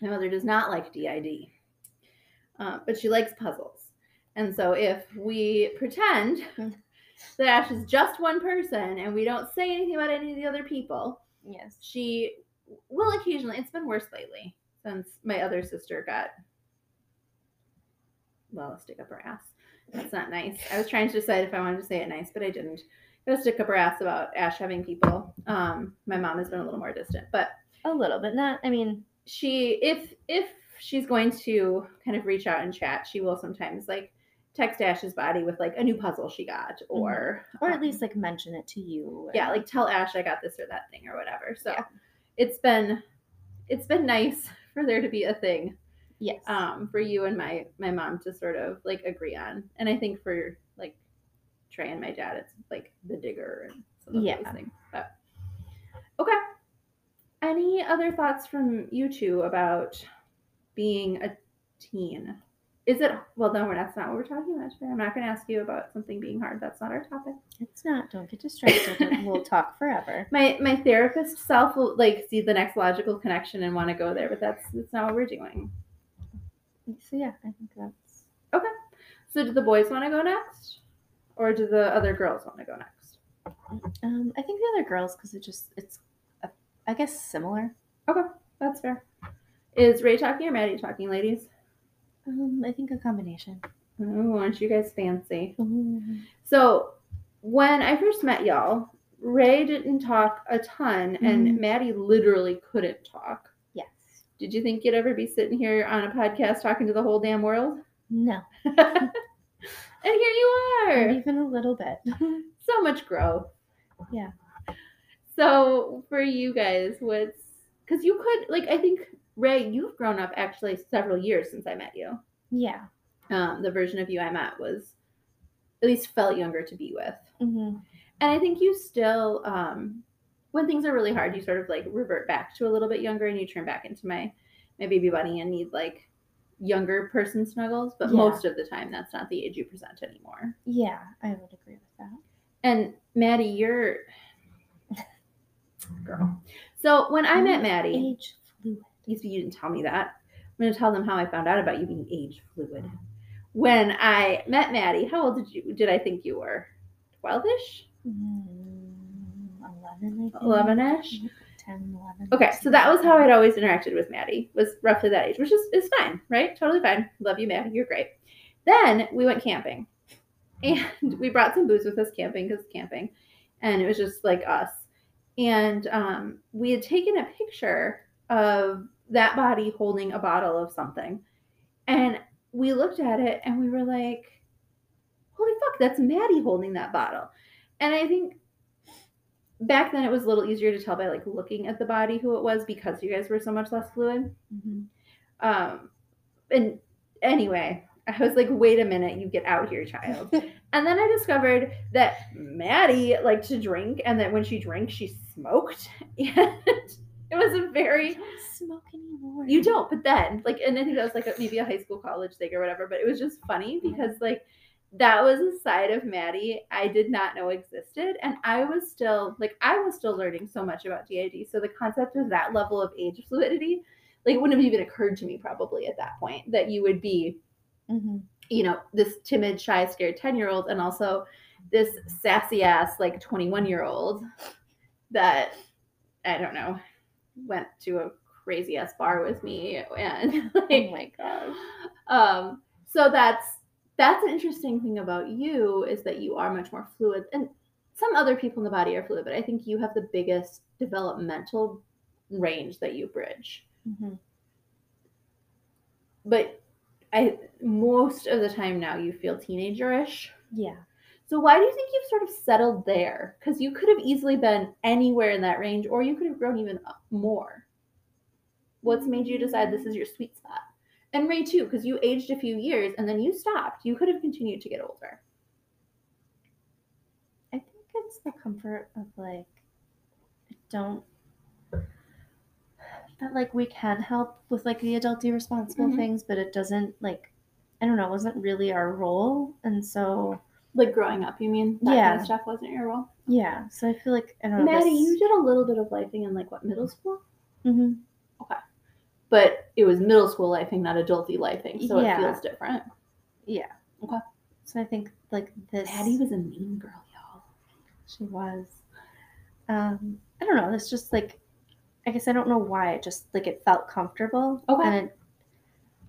Speaker 3: my mother does not like DID, uh, but she likes puzzles. And so, if we pretend that Ash is just one person and we don't say anything about any of the other people,
Speaker 2: yes
Speaker 3: she will occasionally it's been worse lately since my other sister got well a stick up her ass that's not nice i was trying to decide if i wanted to say it nice but i didn't got a stick up her ass about ash having people um my mom has been a little more distant but
Speaker 2: a little but not i mean
Speaker 3: she if if she's going to kind of reach out and chat she will sometimes like text ash's body with like a new puzzle she got or
Speaker 2: Mm-hmm. or at
Speaker 3: um,
Speaker 2: least like mention it to you or-
Speaker 3: yeah like tell ash i got this or that thing or whatever so
Speaker 2: Yeah.
Speaker 3: it's been it's been nice for there to be a thing
Speaker 2: yes
Speaker 3: um for you and my my mom to sort of like agree on and i think for like trey and my dad it's like the digger and some of
Speaker 2: Yeah.
Speaker 3: those things but okay any other thoughts from you two about being a teen is it well no we're that's not what we're talking about today i'm not going to ask you about something being hard that's not our topic
Speaker 2: it's not don't get distracted and we'll talk forever
Speaker 3: my my therapist self will like see the next logical connection and want to go there but that's that's not what we're doing
Speaker 2: so yeah i think that's
Speaker 3: so do the boys want to go next or do the other girls want to go next
Speaker 2: Um, I think the other girls because it just it's, uh, I guess similar.
Speaker 3: that's fair is ray talking or maddie talking ladies
Speaker 2: Um, I think a combination.
Speaker 3: Ooh, aren't you guys fancy Mm-hmm. so when i first met y'all ray didn't talk a ton
Speaker 2: Mhm.
Speaker 3: and maddie literally couldn't talk
Speaker 2: Yes.
Speaker 3: did you think you'd ever be sitting here on a podcast talking to the whole damn world
Speaker 2: No.
Speaker 3: and here you are
Speaker 2: Not even a little bit.
Speaker 3: so much growth.
Speaker 2: Yeah.
Speaker 3: So for you guys, what's because you could like I think Ray, you've grown up actually several years since I met you.
Speaker 2: yeah.
Speaker 3: Um, the version of you I met was at least felt younger to be with,
Speaker 2: hmm
Speaker 3: and I think you still um, when things are really hard, you sort of like revert back to a little bit younger, and you turn back into my my baby bunny and need like younger person snuggles. But
Speaker 2: Yeah.
Speaker 3: most of the time, that's not the age you present anymore.
Speaker 2: Yeah, I would agree with that.
Speaker 3: And Maddie, you're girl. So when I met Maddie,
Speaker 2: Mm-hmm. Age fluid.
Speaker 3: you see, you didn't tell me that. I'm gonna tell them how I found out about you being age fluid. When I met Maddie, how old did you did I think you were? Twelve ish,
Speaker 2: Mm, Eleven. I think.
Speaker 3: eleven ish.
Speaker 2: 10, 11.
Speaker 3: Okay, so that was how I'd always interacted with Maddie, was roughly that age, which is, is fine, right? Totally fine. Love you, Maddie. You're great. Then we went camping. And we brought some booze with us camping because camping. And it was just like us. And um, we had taken a picture of that body holding a bottle of something. And we looked at it and we were like, holy fuck, that's Maddie holding that bottle. And I think back then it was a little easier to tell by like looking at the body who it was because you guys were so much less fluid.
Speaker 2: Mm-hmm.
Speaker 1: Mhm.
Speaker 3: Um, and anyway, I was like, wait a minute, you get out here, child. and then I discovered that Maddie liked to drink and that when she drank, she smoked. And it was a very,
Speaker 1: don't smoke anymore.
Speaker 3: you don't, but then, like, and I think that was like a, maybe a high school, college thing or whatever, but it was just funny because, like, that was a side of Maddie I did not know existed. And I was still, like, I was still learning so much about DID. So the concept of that level of age fluidity, like, wouldn't have even occurred to me probably at that point that you would be
Speaker 2: Mhm.
Speaker 3: you know, this timid, shy, scared 10 year old, and also this sassy ass, like 21 year old that I don't know went to a crazy ass bar with me. And like,
Speaker 2: Oh my gosh.
Speaker 3: um, so that's that's an interesting thing about you is that you are much more fluid, and some other people in the body are fluid, but I think you have the biggest developmental range that you bridge
Speaker 2: Mhm.
Speaker 3: but I most of the time now you feel teenagerish.
Speaker 2: Yeah.
Speaker 3: So why do you think you've sort of settled there? Because you could have easily been anywhere in that range, or you could have grown even up more. What's made you decide this is your sweet spot? And Ray too, because you aged a few years and then you stopped. You could have continued to get older.
Speaker 2: I think it's the comfort of like, I don't, that like we can help with like the adulty responsible
Speaker 3: Mhm.
Speaker 2: things, but it doesn't like, I don't know, it wasn't really our role. And so,
Speaker 3: Like growing up, you mean? That kind
Speaker 2: Yeah.
Speaker 3: of stuff wasn't your role.
Speaker 2: yeah. So I feel like, I don't know.
Speaker 3: Maddie,
Speaker 2: this-
Speaker 3: you did a little bit of lifing in like what middle school?
Speaker 2: Mhm.
Speaker 3: But it was middle school lifing, not adulty lifing, so
Speaker 2: Yeah.
Speaker 3: it feels different.
Speaker 2: Yeah.
Speaker 3: Okay.
Speaker 2: So I think like this.
Speaker 3: Maddie was a mean girl, y'all.
Speaker 2: She was. Um, I don't know. It's just like, I guess I don't know why. It just like it felt comfortable.
Speaker 3: Okay.
Speaker 2: And it,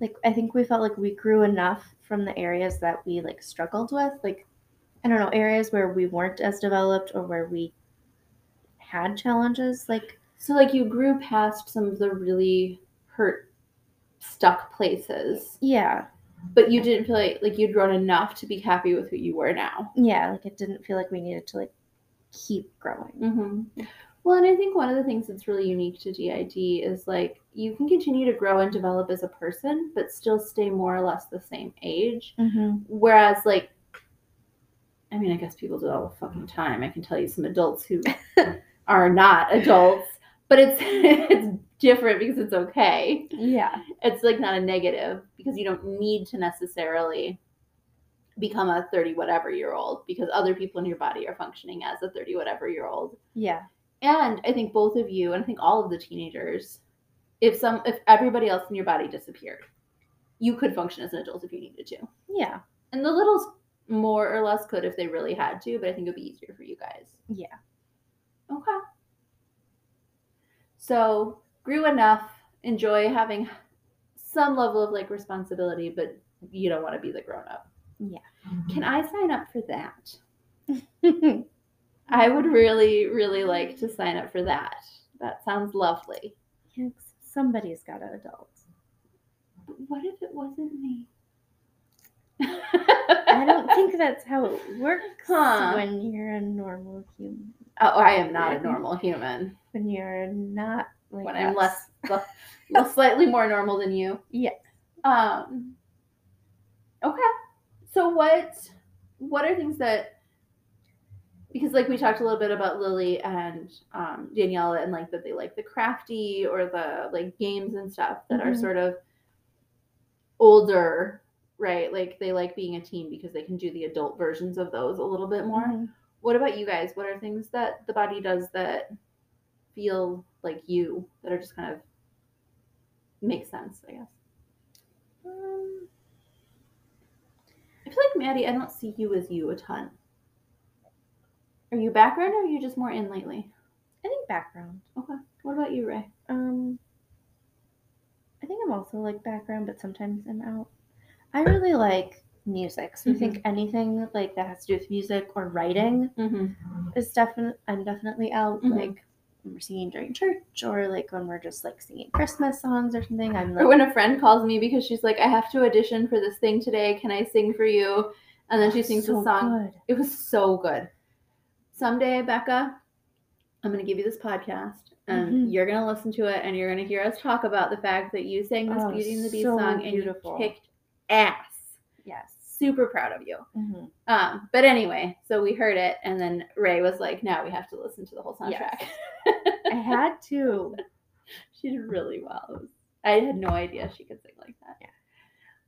Speaker 2: like I think we felt like we grew enough from the areas that we like struggled with. Like I don't know areas where we weren't as developed or where we had challenges. Like
Speaker 3: So like you grew past some of the really hurt stuck places,
Speaker 2: yeah,
Speaker 3: but you didn't feel like, like you'd grown enough to be happy with who you were now.
Speaker 2: yeah. Like it didn't feel like we needed to like keep growing.
Speaker 3: Mm-hmm. Well, and I think one of the things that's really unique to DID is like you can continue to grow and develop as a person, but still stay more or less the same age.
Speaker 2: Mm-hmm.
Speaker 3: Whereas like I mean, I guess people do it all the fucking time. I can tell you some adults who are not adults, but it's it's different because it's okay.
Speaker 2: Yeah.
Speaker 3: it's like not a negative because you don't need to necessarily become a 30 whatever year old because other people in your body are functioning as a 30 whatever year old
Speaker 2: Yeah.
Speaker 3: and i think both of you and i think all of the teenagers if some if everybody else in your body disappeared you could function as an adult if you needed to
Speaker 2: Yeah.
Speaker 3: and the littles more or less could if they really had to but i think it would be easier for you guys
Speaker 2: Yeah.
Speaker 3: Okay. So grew enough, enjoy having some level of like responsibility, but you don't want to be the grown up.
Speaker 2: Yeah.
Speaker 3: Can I sign up for that? I
Speaker 2: Mm-hmm.
Speaker 3: would really, really like to sign up for that. That sounds lovely.
Speaker 2: Somebody's got to adult.
Speaker 3: But what if it wasn't me?
Speaker 2: I don't think that's how it works
Speaker 3: Huh.
Speaker 2: when you're a normal human.
Speaker 3: Oh, I am not a normal human.
Speaker 2: When you're not like
Speaker 3: when I'm
Speaker 2: us.
Speaker 3: less, less slightly more normal than you.
Speaker 2: Yeah.
Speaker 3: Um. Okay. So what what are things that because like we talked a little bit about Lily and um, Daniela and like that they like the crafty or the like games and stuff that are
Speaker 2: Mhm.
Speaker 3: sort of older, right? Like they like being a team because they can do the adult versions of those a little bit more.
Speaker 2: Mhm.
Speaker 3: What about you guys? What are things that the body does that feel like you that are just kind of make sense, I guess?
Speaker 2: Um,
Speaker 3: I feel like Maddie, I don't see you as you a ton. Are you background or are you just more in lately?
Speaker 2: I think background.
Speaker 3: What about you, Ray?
Speaker 2: Um, I think I'm also like background, but sometimes I'm out. I really like music, so I think anything like that has to do with music or writing
Speaker 3: Mm-hmm.
Speaker 2: is definitely I'm definitely out.
Speaker 3: Mhm.
Speaker 2: Like when we're singing during church, or like when we're just like singing Christmas songs or something. I'm
Speaker 3: Or
Speaker 2: like,
Speaker 3: when a friend calls me because she's like, I have to audition for this thing today. Can I sing for you? And then she sings the
Speaker 2: so
Speaker 3: song.
Speaker 2: good.
Speaker 3: It was so good. Someday, Becca, I'm going to give you this podcast and
Speaker 2: Mhm.
Speaker 3: you're going to listen to it and you're going to hear us talk about the fact that you sang this
Speaker 2: Oh,
Speaker 3: Beauty and the Beast
Speaker 2: so
Speaker 3: song
Speaker 2: beautiful.
Speaker 3: and you kicked ass.
Speaker 2: Yes.
Speaker 3: Super proud of you.
Speaker 2: Mhm.
Speaker 3: Um, but anyway, so we heard it and then Ray was like, now we have to listen to the whole soundtrack.
Speaker 2: Yes. I had to.
Speaker 3: she did really well. It was- I had no idea she could sing like that.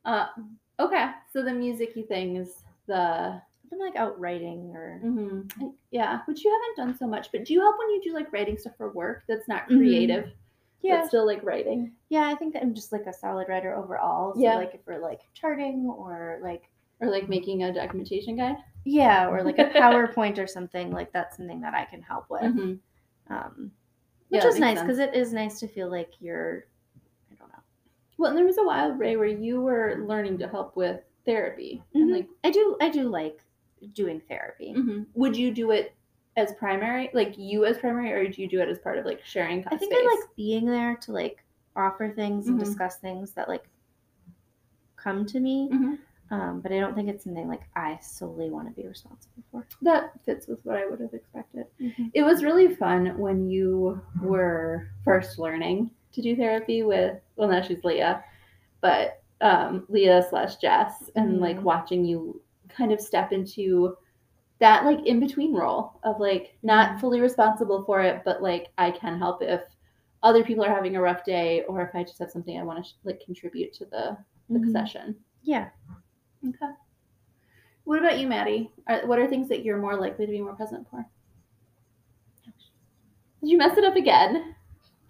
Speaker 3: Yeah. Um, okay, so the musicy thing is the
Speaker 2: I'm like out writing or
Speaker 3: mhm, yeah, which you haven't done so much. But do you help when you do like writing stuff for work that's not
Speaker 2: Mhm.
Speaker 3: creative?
Speaker 2: yeah,
Speaker 3: that's still like writing,
Speaker 2: yeah. I think that I'm just like a solid writer overall. So
Speaker 3: Yeah.
Speaker 2: like if we're like charting or like
Speaker 3: or like making a documentation guide.
Speaker 2: Yeah, or like a PowerPoint or something like that's something that I can help with,
Speaker 3: Mhm.
Speaker 2: um,
Speaker 3: Yeah,
Speaker 2: which
Speaker 3: that
Speaker 2: is
Speaker 3: makes
Speaker 2: nice because it is nice to feel like you're. I don't know.
Speaker 3: Well, and there was a while, Ray, where you were learning to help with therapy. And
Speaker 2: Mhm.
Speaker 3: like,
Speaker 2: I do. I do like doing therapy.
Speaker 3: mhm. would you do it as primary, like you as primary, or do you do it as part of like sharing?
Speaker 2: I think
Speaker 3: space?
Speaker 2: I like being there to like offer things and
Speaker 3: Mhm.
Speaker 2: discuss things that like come to me,
Speaker 3: Mhm.
Speaker 2: um, but I don't think it's something like I solely want to be responsible for.
Speaker 3: that fits with what I would have expected.
Speaker 2: Mm-hmm.
Speaker 3: It was really fun when you were first learning to do therapy with, well, now she's Leah, but um, Leah slash Jess, and like
Speaker 2: Mhm.
Speaker 3: watching you kind of step into that like in between role of like not
Speaker 2: Mhm.
Speaker 3: fully responsible for it, but like I can help if other people are having a rough day or if I just have something I want to like contribute to the, the
Speaker 2: Mhm.
Speaker 3: session.
Speaker 2: Yeah.
Speaker 3: Okay. What about you, Maddie? Are, what are things that you're more likely to be more present for? Did you mess it up again?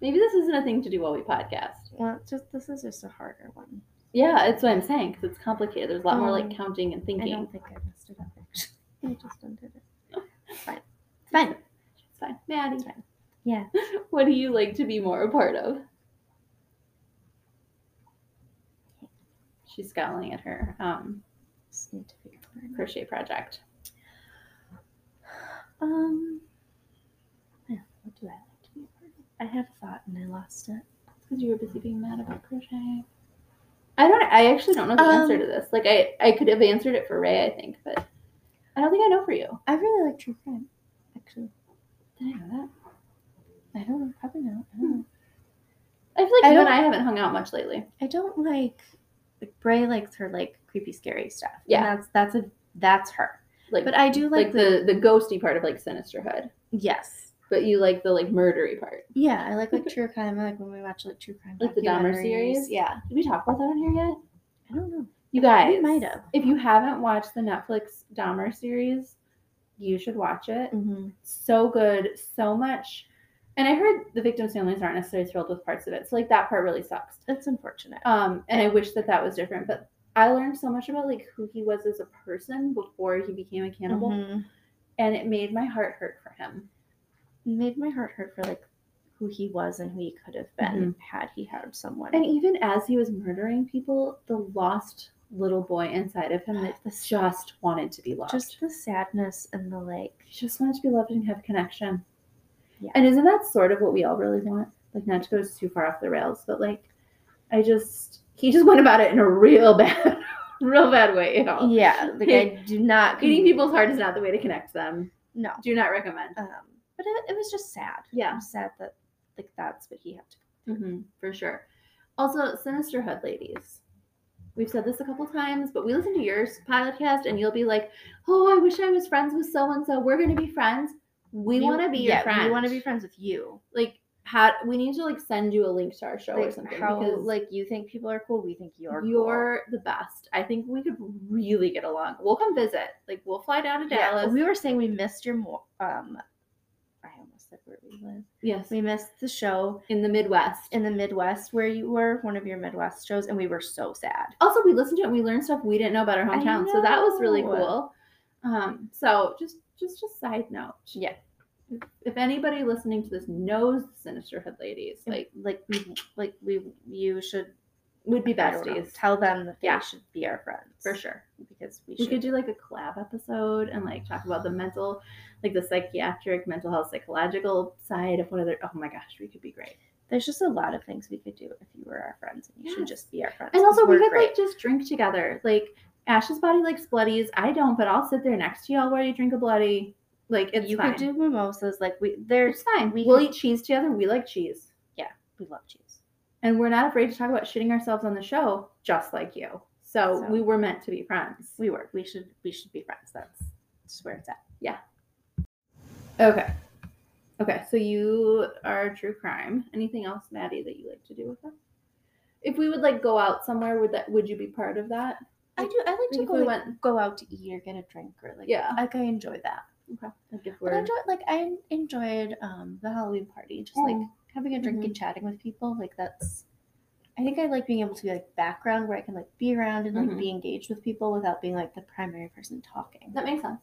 Speaker 3: Maybe this isn't a thing to do while we podcast.
Speaker 2: Well, it's just this is just a harder one.
Speaker 3: Yeah, that's what I'm saying because it's complicated. There's a lot more like
Speaker 2: Um,
Speaker 3: counting and
Speaker 2: I
Speaker 3: thinking.
Speaker 2: don't think I messed it up actually. I just undid it. Fine. Fine.
Speaker 3: It's fine, Maddie.
Speaker 2: It's fine. Yeah.
Speaker 3: What do you like to be more a part of? She's scowling at her um,
Speaker 2: Just need to figure it out.
Speaker 3: crochet project.
Speaker 2: Um, yeah, what do I like to be a part of? I had a thought and I lost it.
Speaker 3: Because you were busy being mad about crochet. I don't. I actually don't know the answer
Speaker 2: Um,
Speaker 3: to this. Like, I I could have answered it for Ray, I think, but I don't think I know for you.
Speaker 2: I really like true crime, actually.
Speaker 3: Did I know that?
Speaker 2: I don't know, probably not. I don't know.
Speaker 3: I feel like
Speaker 2: I
Speaker 3: you and
Speaker 2: don't-
Speaker 3: I haven't hung out much lately.
Speaker 2: I don't like like Bray likes her like creepy, scary stuff. and
Speaker 3: Yeah.
Speaker 2: that's that's a that's her.
Speaker 3: Like,
Speaker 2: But I do like,
Speaker 3: like the the ghosty part of like sinisterhood,
Speaker 2: yes,
Speaker 3: but you like the like murdery part.
Speaker 2: yeah. I like like true crime. I like when we watch like true crime,
Speaker 3: Like the Dahmer
Speaker 2: documentaries.
Speaker 3: series?
Speaker 2: Yeah,
Speaker 3: Did we talk about that on here yet?
Speaker 2: I don't know.
Speaker 3: You guys,
Speaker 2: might have.
Speaker 3: If you haven't watched the Netflix Dahmer series, you should watch it.
Speaker 2: Mm-hmm.
Speaker 3: so good, so much. And I heard the victims' families aren't necessarily thrilled with parts of it. So like that part really sucks.
Speaker 2: That's unfortunate.
Speaker 3: Um, and I wish that that was different. But I learned so much about like who he was as a person before he became a cannibal,
Speaker 2: Mhm.
Speaker 3: and it made my heart hurt for him.
Speaker 2: Made my heart hurt for like who he was and who he could have been had he had someone.
Speaker 3: Mm-hmm. And e even as he was murdering people, the lost little boy inside of him that just wanted to be loved.
Speaker 2: just the sadness and the like
Speaker 3: He just wanted to be loved and have connection.
Speaker 2: Yeah.
Speaker 3: And isn't that sort of what we all really want? Like not to go too far off the rails, but like I just he just went about it in a real bad real bad way, you know.
Speaker 2: yeah like i do not
Speaker 3: Eating people's heart is not the way to connect them.
Speaker 2: no
Speaker 3: Do not recommend.
Speaker 2: um but it, it was just sad
Speaker 3: Yeah.
Speaker 2: i'm sad that like that's what he had to
Speaker 3: Mm-hmm, for sure. Also, Sinisterhood ladies. We've said this a couple times, but we listen to your podcast and you'll be like, Oh, I wish I was friends with so and so. We're gonna be friends. We want to be your
Speaker 2: yeah,
Speaker 3: friend.
Speaker 2: we want to be friends with you
Speaker 3: like how we need to like send you a link to our show or
Speaker 2: like,
Speaker 3: something
Speaker 2: how
Speaker 3: because like
Speaker 2: like you think people are cool we think you're
Speaker 3: you're,
Speaker 2: cool.
Speaker 3: the best. I think we could really get along. We'll come visit. Like we'll fly down to
Speaker 2: yeah,
Speaker 3: Dallas.
Speaker 2: we were saying we missed your mo- um i almost said where we live
Speaker 3: yes,
Speaker 2: we missed the show
Speaker 3: in the Midwest.
Speaker 2: in the midwest where you were one of your midwest shows and we were so sad
Speaker 3: also, we listened to it. and We learned stuff we didn't know about our
Speaker 2: I
Speaker 3: hometown, so that was really
Speaker 2: know.
Speaker 3: cool. Um, so just just a side note.
Speaker 2: Yeah.
Speaker 3: if anybody listening to this knows the Sinister Hood ladies, like
Speaker 2: like we like we you should
Speaker 3: would be
Speaker 2: I don't know,
Speaker 3: besties
Speaker 2: Tell them that they
Speaker 3: Yeah.
Speaker 2: should be our friends
Speaker 3: for sure.
Speaker 2: because we,
Speaker 3: We
Speaker 2: should.
Speaker 3: could do like a collab episode and like talk about the mental, like the psychiatric, mental health, psychological side of what other. Oh my gosh, we could be great.
Speaker 2: There's just a lot of things we could do if you were our friends, and you should
Speaker 3: Yes.
Speaker 2: just be our friends.
Speaker 3: And
Speaker 2: 'cause
Speaker 3: also, we
Speaker 2: we're
Speaker 3: could
Speaker 2: great.
Speaker 3: like just drink together. Like Ash's body likes bloodies. I don't, but I'll sit there next to y'all while you drink a bloody. Like it's
Speaker 2: you
Speaker 3: fine.
Speaker 2: could do mimosas. Like we, there's
Speaker 3: it's fine.
Speaker 2: we
Speaker 3: We will
Speaker 2: could-
Speaker 3: eat cheese together. We like cheese,
Speaker 2: we love cheese.
Speaker 3: and we're not afraid to talk about shitting ourselves on the show, just like you. So,
Speaker 2: So-
Speaker 3: we were meant to be friends.
Speaker 2: We were. We should. We should be friends. That's just where it's at.
Speaker 3: Okay. Okay, so you are true crime. Anything else, Maddie, that you like to do with us? If we would like go out somewhere, would that would you be part of that?
Speaker 2: I do. I like
Speaker 3: Like
Speaker 2: to
Speaker 3: if
Speaker 2: go
Speaker 3: we
Speaker 2: like,
Speaker 3: went,
Speaker 2: go out to eat or get a drink or like.
Speaker 3: Yeah.
Speaker 2: Like I enjoy that.
Speaker 3: like if
Speaker 2: But
Speaker 3: we're
Speaker 2: I enjoy like I enjoyed um the Halloween party. Just like
Speaker 3: Mm.
Speaker 2: having a drink
Speaker 3: Mhm.
Speaker 2: and chatting with people. Like that's. I think I like being able to be like background where I can like be around and like
Speaker 3: Mhm.
Speaker 2: be engaged with people without being like the primary person talking.
Speaker 3: that makes sense.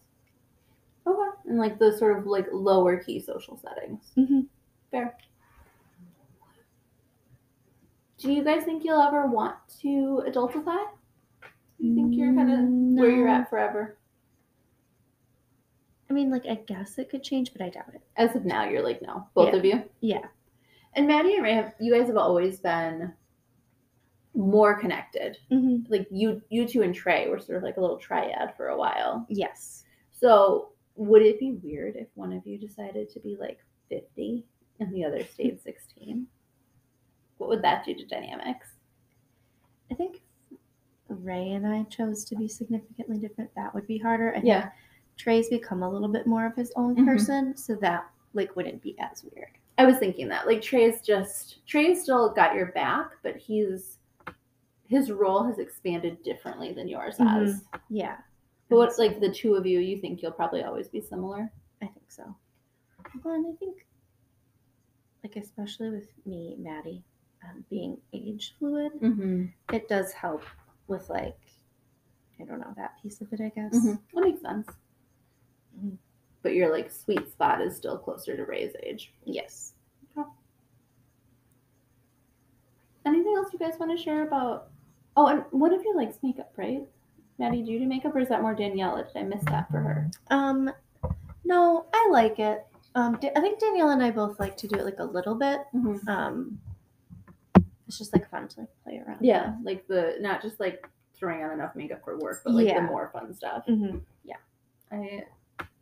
Speaker 3: Okay, and like those sort of like lower key social settings.
Speaker 2: Mhm.
Speaker 3: Fair. Do you guys think you'll ever want to adultify? Do you think you're kind of where
Speaker 2: Mm, No.
Speaker 3: you're at forever?
Speaker 2: I mean, like I guess it could change, but I doubt it.
Speaker 3: As of now, you're like no, both
Speaker 2: Yeah.
Speaker 3: of you.
Speaker 2: Yeah.
Speaker 3: And Maddie and Ray have you guys have always been more connected.
Speaker 2: Mm-hmm.
Speaker 3: Like you you two and Trey were sort of like a little triad for a while.
Speaker 2: Yes.
Speaker 3: So would it be weird if one of you decided to be like 50 and the other stayed 16? What would that do to dynamics?
Speaker 2: I think if Ray and I chose to be significantly different. That would be harder. I think Trey's become a little bit more of his own
Speaker 3: Mhm.
Speaker 2: person, so that like wouldn't be as weird.
Speaker 3: I was thinking that. Like Trey's just Trey's still got your back, but he's his role has expanded differently than yours has.
Speaker 2: Yeah.
Speaker 3: But what's like the two of you, you think you'll probably always be similar?
Speaker 2: I think so. Well, and I think like especially with me, Maddie, um, being age fluid,
Speaker 3: Mm-hmm.
Speaker 2: it does help with like I don't know that piece of it. I guess.
Speaker 3: Mhm. That makes sense.
Speaker 2: Mhm.
Speaker 3: But your like sweet spot is still closer to Ray's age.
Speaker 2: Yes.
Speaker 3: Anything else you guys want to share about? Oh, and one of you likes makeup, right? Maddie, do you do makeup, or is that more Daniela? Did I miss that for her?
Speaker 2: Um, no, I like it. Um, Da- I think Danielle and I both like to do it like a little bit. Um, it's just like fun to like play around.
Speaker 3: Yeah, like the not just like throwing on enough makeup for work, but like
Speaker 2: Yeah.
Speaker 3: the more fun stuff.
Speaker 2: Mm-hmm.
Speaker 3: I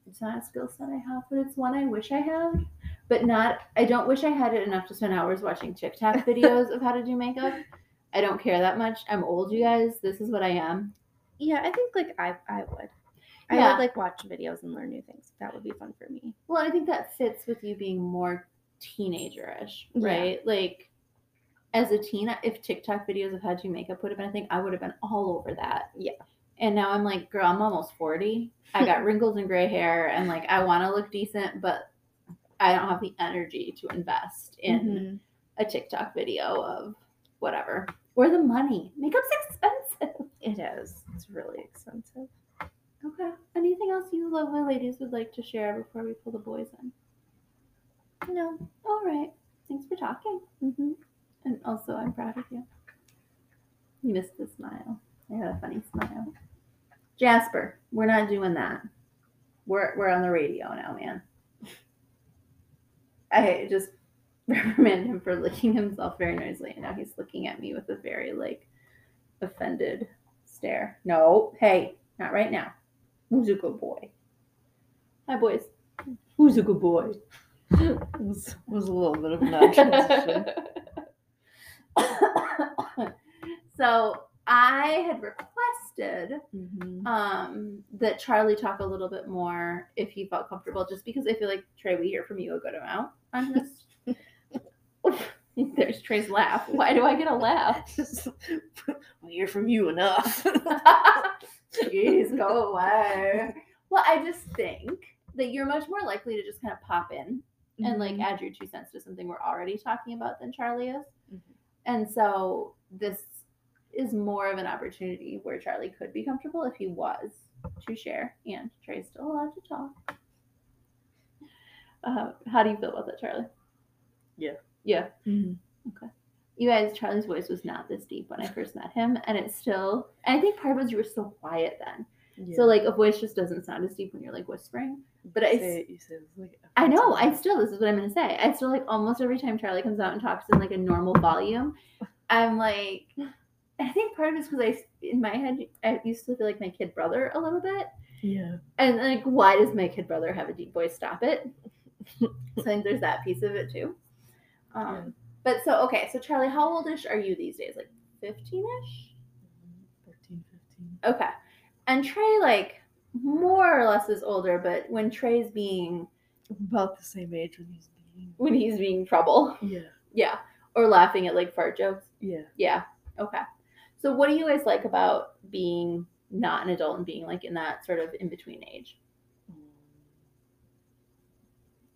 Speaker 3: it's not a skill set I have, but it's one I wish I had. But not I don't wish I had it enough to spend hours watching TikTok videos of how to do makeup. I don't care that much. I'm old, you guys. This is what I am.
Speaker 2: Yeah, I think like I I would. I
Speaker 3: Yeah.
Speaker 2: would like watch videos and learn new things. That would be fun for me.
Speaker 3: Well, I think that fits with you being more teenagerish,
Speaker 2: Yeah.
Speaker 3: right? Like as a teen, if TikTok videos of how to do makeup would have been a thing, I would have been all over that.
Speaker 2: Yeah.
Speaker 3: And now I'm like, girl, I'm almost 40. I got wrinkles and gray hair and like I want to look decent, but I don't have the energy to invest in
Speaker 2: Mhm.
Speaker 3: a TikTok video of whatever. Or the money. Makeup's expensive.
Speaker 2: It is. It's really expensive.
Speaker 3: Okay. Anything else you lovely ladies would like to share before we pull the boys in?
Speaker 2: No.
Speaker 3: All right. Thanks for talking. Mm-hmm.
Speaker 2: hmm
Speaker 3: And also, I'm proud of you. You missed the smile. I had a funny smile. Jasper, we're not doing that. We're we're on the radio now, man. I just reprimanded him for licking himself very noisily, and now he's looking at me with a very like offended stare. No, hey, not right now. Who's a good boy? Hi, boys. Who's a good boy?
Speaker 2: It was, was a little bit of
Speaker 3: so I had requested
Speaker 2: hmm
Speaker 3: um, that Charlie talk a little bit more if he felt comfortable, just because I feel like Trey, we hear from you a good amount on this. There's Trey's laugh. Why do I get a laugh?
Speaker 2: we hear from you enough.
Speaker 3: Jeez, go away. Well, I just think that you're much more likely to just kind of pop in and like
Speaker 4: Mm-hmm.
Speaker 3: add your two cents to something we're already talking about than Charlie is.
Speaker 4: Mm-hmm.
Speaker 2: Mhm.
Speaker 3: And so this is more of an opportunity where Charlie could be comfortable if he was to share. And Trey's still allowed to talk. Uh, how do you feel about that, Charlie?
Speaker 4: Yeah.
Speaker 3: Yeah.
Speaker 2: Mm-hmm.
Speaker 3: You guys, Charlie's voice was not this deep when I first met him, and it's still. And I think part was you were so quiet then,
Speaker 4: Yeah.
Speaker 3: so like a voice just doesn't sound as deep when you're like whispering. But I,
Speaker 4: you
Speaker 3: s-
Speaker 4: say, you say this like
Speaker 3: I
Speaker 4: every
Speaker 3: know.
Speaker 4: time.
Speaker 3: I still. This is what I'm gonna say. I still like almost every time Charlie comes out and talks in like a normal volume, I'm like. I think part of it's because I, s- in my head, I used to feel like my kid brother a little bit,
Speaker 4: yeah.
Speaker 3: and like, why does my kid brother have a deep voice? Stop it. so I think there's that piece of it too. Um,
Speaker 4: Yeah.
Speaker 3: But so okay, so Charlie, how oldish are you these days? Like 15ish?
Speaker 4: 14, 15.
Speaker 3: Okay. And Trey, like more or less, is older, but when Trey's being
Speaker 4: About the same age when he's being.
Speaker 3: when he's being trouble,
Speaker 4: Yeah.
Speaker 3: yeah, or laughing at like fart jokes,
Speaker 4: Yeah.
Speaker 3: yeah. Okay. So what do you guys like about being not an adult and being like in that sort of in between age?
Speaker 4: Um,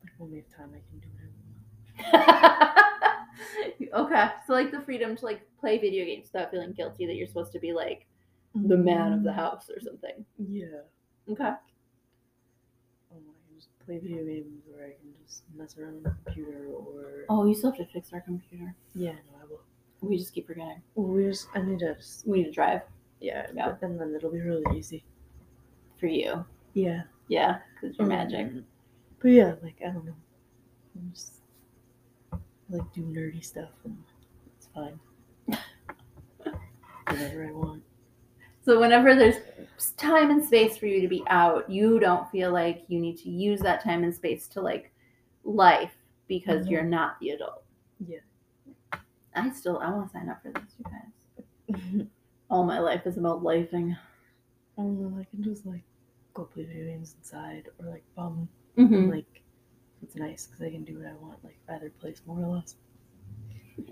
Speaker 4: like when we have time, I can do whatever I want.
Speaker 3: okay, so like the freedom to like play video games without feeling guilty that you're supposed to be like the man of the house or something.
Speaker 4: Mm, Yeah.
Speaker 3: Okay.
Speaker 4: Um, I can just play video games, or I can just mess around on the computer, or
Speaker 3: Oh, you still have to fix our computer.
Speaker 4: yeah, no, I will.
Speaker 3: We just keep forgetting.
Speaker 4: We just, I need to. Just,
Speaker 3: We need to drive
Speaker 4: yeah,
Speaker 3: Yeah.
Speaker 4: But then, then it'll be really easy.
Speaker 3: for you.
Speaker 4: Yeah.
Speaker 3: Yeah, because you're magic.
Speaker 4: Um, But yeah, like I don't know. I'm just I like do nerdy stuff, and it's fine. Whatever I want.
Speaker 3: So whenever there's time and space for you to be out, you don't feel like you need to use that time and space to like life because
Speaker 4: Mhm.
Speaker 3: you're not the adult.
Speaker 4: Yeah.
Speaker 3: I still I want to sign up for this, you guys. All my life is about lifing.
Speaker 4: I don't know. I can just like go play video games inside, or like bum.
Speaker 3: Mm-hmm.
Speaker 4: And, like it's nice because I can do what I want, like either place more or less.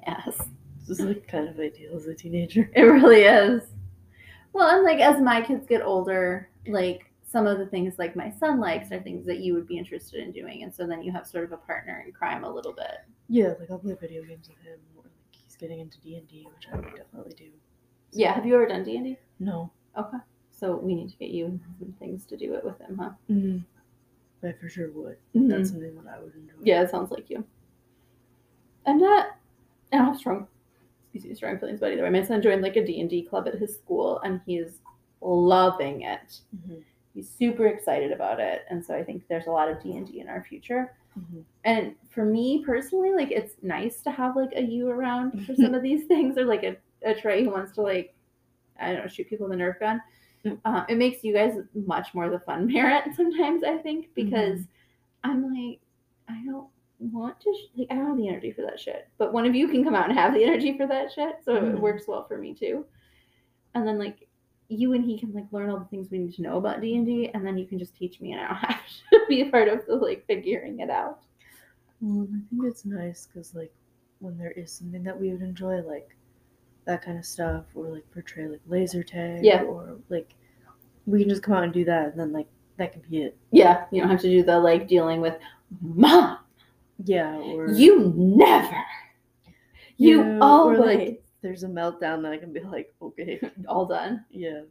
Speaker 3: Yes.
Speaker 4: It's just like kind of ideal as a teenager.
Speaker 3: It really is. Well, and like as my kids get older, like some of the things like my son likes are things that you would be interested in doing, and so then you have sort of a partner in crime a little bit.
Speaker 4: Yeah, like I'll play video games with him, or like he's getting into D and D, which I would definitely do.
Speaker 3: Yeah. Have you ever done D and D?
Speaker 4: No.
Speaker 3: Okay. So we need to get you some things to do it with him, huh? Mm-hmm.
Speaker 4: Mm. But I for sure would. That's something that I would enjoy.
Speaker 3: Hmm. Yeah, it sounds like you. I'm not. I don't have strong, excuse me, strong feelings about either. way. My son joined like a D and D club at his school, and he's loving it.
Speaker 4: Mhm.
Speaker 3: He's super excited about it, and so I think there's a lot of D and D in our future.
Speaker 4: Mhm.
Speaker 3: and for me personally like it's nice to have like a you around for some of these things or like a, a trey who wants to like i don't know shoot people with a nerf gun
Speaker 4: Mm.
Speaker 3: um, it makes you guys much more the fun parent sometimes i think because i'm like i don't want to sh- like i don't have the energy for that shit but one of you can come out and have the energy for that shit so it
Speaker 4: Mhm.
Speaker 3: works well for me too and then like you and he can like learn all the things we need to know about d&d and then you can just teach me and i don't have to be a part of the like figuring it out
Speaker 4: Well, and I think it's nice because like when there is something that we would enjoy, like that kind of stuff, or like portray like laser tag,
Speaker 3: Yeah.
Speaker 4: or like we can just come out and do that, and then like that could be it.
Speaker 3: Yeah, you don't have to do the like dealing with mom.
Speaker 4: Yeah. Or
Speaker 3: You never. You
Speaker 4: Yeah, or,
Speaker 3: always
Speaker 4: like, there's a meltdown that I can be like, okay,
Speaker 3: all done.
Speaker 4: yeah,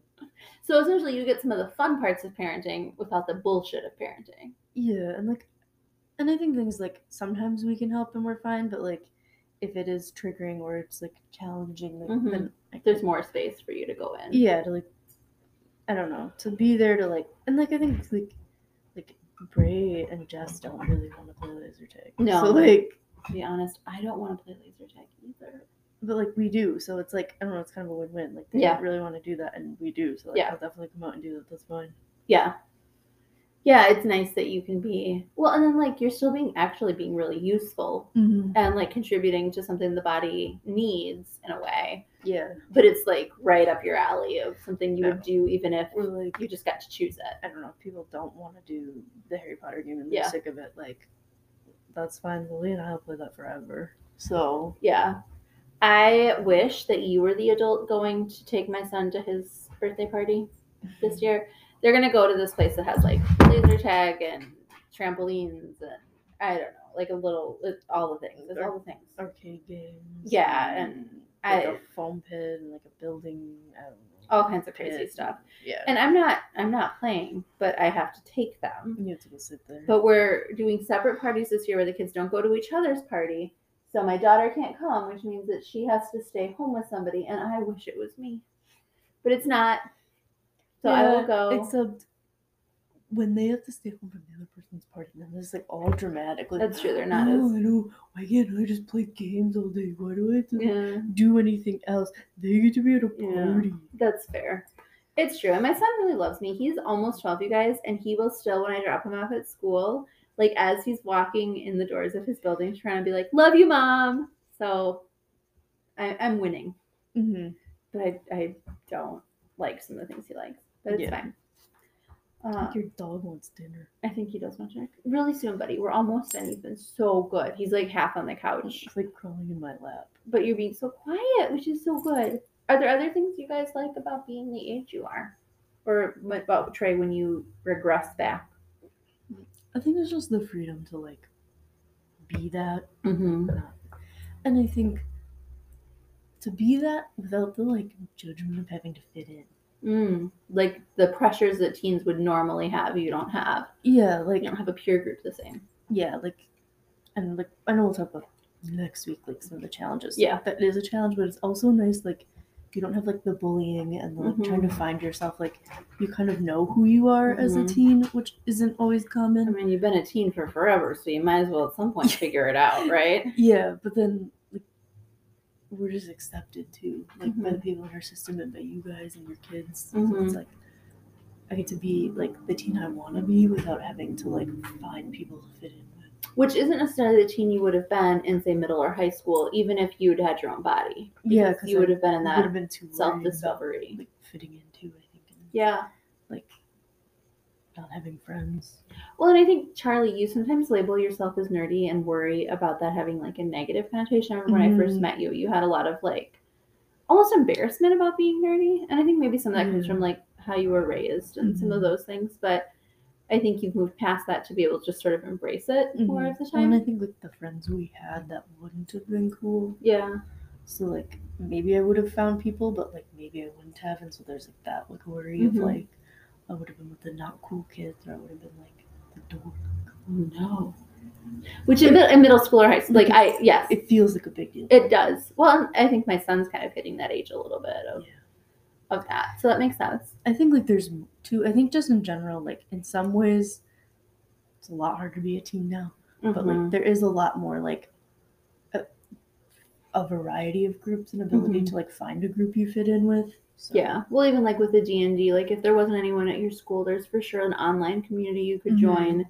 Speaker 3: So essentially, you get some of the fun parts of parenting without the bullshit of parenting.
Speaker 4: yeah, and like, and I think things like sometimes we can help and we're fine, but like if it is triggering or it's like challenging, like,
Speaker 3: Mhm.
Speaker 4: then I
Speaker 3: There's
Speaker 4: can-
Speaker 3: more space for you to go in.
Speaker 4: yeah, to like, I don't know, to be there to like, and like I think like, like Bray and Jess don't really want to play laser tag,
Speaker 3: No.
Speaker 4: so like,
Speaker 3: To be honest, I don't want to play laser tag either.
Speaker 4: but like we do, so it's like I don't know, it's kind of a win-win, like they
Speaker 3: Yeah.
Speaker 4: don't really want to do that, and we do, so like
Speaker 3: Yeah.
Speaker 4: I'll definitely come out and do that. That's fine.
Speaker 3: Yeah. Yeah, it's nice that you can be well, and then like you're still being actually being really useful
Speaker 4: Mm-hmm.
Speaker 3: and like contributing to something the body needs in a way.
Speaker 4: Yeah,
Speaker 3: But it's like right up your alley of something you would do even if
Speaker 4: or like.
Speaker 3: you just got to choose it.
Speaker 4: I don't know, if people don't want to do the Harry Potter game and
Speaker 3: Yeah.
Speaker 4: they're sick of it, like that's fine. Lily and I'll play that forever. So
Speaker 3: Yeah. I wish that you were the adult going to take my son to his birthday party this year. They're gonna go to this place that has like laser tag and trampolines and uh, I don't know, like a little it's all the things. It's all the things.
Speaker 4: arcade games.
Speaker 3: Yeah, and
Speaker 4: like a
Speaker 3: I-
Speaker 4: foam pit and like a building. I don't know.
Speaker 3: all kinds of crazy
Speaker 4: Pit.
Speaker 3: stuff.
Speaker 4: Yeah.
Speaker 3: And I'm not I'm not playing, but I have to take them.
Speaker 4: you have to go sit there.
Speaker 3: But we're doing separate parties this year where the kids don't go to each other's party. So my daughter can't come, which means that she has to stay home with somebody, and I wish it was me. But it's not. So I will
Speaker 4: Yeah,
Speaker 3: go.
Speaker 4: Except when they have to stay home from the other person's party, then it's like all dramatic. Like,
Speaker 3: That's true, they're not
Speaker 4: oh,
Speaker 3: as
Speaker 4: I know. Why can't I just play games all day? Why do I have to
Speaker 3: yeah,
Speaker 4: do anything else? They get to be at a
Speaker 3: Yeah.
Speaker 4: party.
Speaker 3: that's fair. It's true. And my son really loves me. He's almost 12, you guys, and he will still, when I drop him off at school, like as he's walking in the doors of his building, trying to be like, Love you, mom. So I, I'm winning.
Speaker 4: Mm-hmm.
Speaker 3: but I, I don't like some of the things he likes. But it's
Speaker 4: Yeah.
Speaker 3: fine.
Speaker 4: I
Speaker 3: Uh,
Speaker 4: think your dog wants dinner.
Speaker 3: I think he does want to. Really soon, buddy. We're almost done. He's been so good. He's like half on the couch.
Speaker 4: It's like crawling in my lap.
Speaker 3: But you're being so quiet, which is so good. Are there other things you guys like about being the age you are? Or what about Trey when you regress back?
Speaker 4: I think it's just the freedom to like be that,
Speaker 3: Mm-hmm.
Speaker 4: and I think to be that without the like judgment of having to fit in.
Speaker 3: Mm. Like the pressures that teens would normally have, you don't have.
Speaker 4: Yeah, like
Speaker 3: You don't have a peer group the same.
Speaker 4: yeah, like, and like I know we'll talk about next week, like some of the challenges.
Speaker 3: Yeah.
Speaker 4: that is a challenge, but it's also nice, like you don't have like the bullying and the, like trying
Speaker 3: Mm-hmm.
Speaker 4: to find yourself. Like you kind of know who you are as a
Speaker 3: Mhm.
Speaker 4: teen, which isn't always common.
Speaker 3: I mean, you've been a teen for forever, so you might as well at some point figure it out, right?
Speaker 4: Yeah, but then like we're just accepted too, like by the
Speaker 3: Mhm.
Speaker 4: people in our system and by you guys and your kids. So
Speaker 3: Mm-hmm.
Speaker 4: it's like I get to be like the teen I want to be without having to like find people to fit in with.
Speaker 3: which isn't necessarily the teen you would have been in say middle or high school even if you'd had your own body
Speaker 4: Yeah,
Speaker 3: you would have been in
Speaker 4: would have
Speaker 3: that
Speaker 4: been too worried about,
Speaker 3: self-discovery
Speaker 4: like fitting into. I think, and,
Speaker 3: yeah
Speaker 4: like not having friends.
Speaker 3: well and i think charlie you sometimes label yourself as nerdy and worry about that having like a negative connotation I remember when i first
Speaker 4: Mhm.
Speaker 3: met you you had a lot of like almost embarrassment about being nerdy and i think maybe some of that comes
Speaker 4: Mhm.
Speaker 3: from like how you were raised and some of
Speaker 4: Mhm.
Speaker 3: those things but i think you've moved past that to be able to just sort of embrace it more of the
Speaker 4: Mm-hmm. Well,
Speaker 3: time
Speaker 4: And I think like the friends we had that wouldn't have been cool.
Speaker 3: yeah
Speaker 4: So like maybe I would have found people, but like maybe I wouldn't have. And so there's like that like worry
Speaker 3: Mhm.
Speaker 4: of like I would have been with the not cool kids, or I would have been like the dork.
Speaker 3: no which in, mid- in middle school or high school like i yes
Speaker 4: It feels like a big deal.
Speaker 3: It does. Well, I think my son's kind of hitting that age a little bit of, of that. So that makes sense.
Speaker 4: I think like there's two. I think just in general, like in some ways, it's a lot harder to be a teen now. But like there is a lot more like a, a variety of groups and ability
Speaker 3: Mhm.
Speaker 4: to like find a group you fit in with. So,
Speaker 3: yeah. Well, even like with the D&D, like if there wasn't anyone at your school, there's for sure an online community you could
Speaker 4: Mhm.
Speaker 3: join,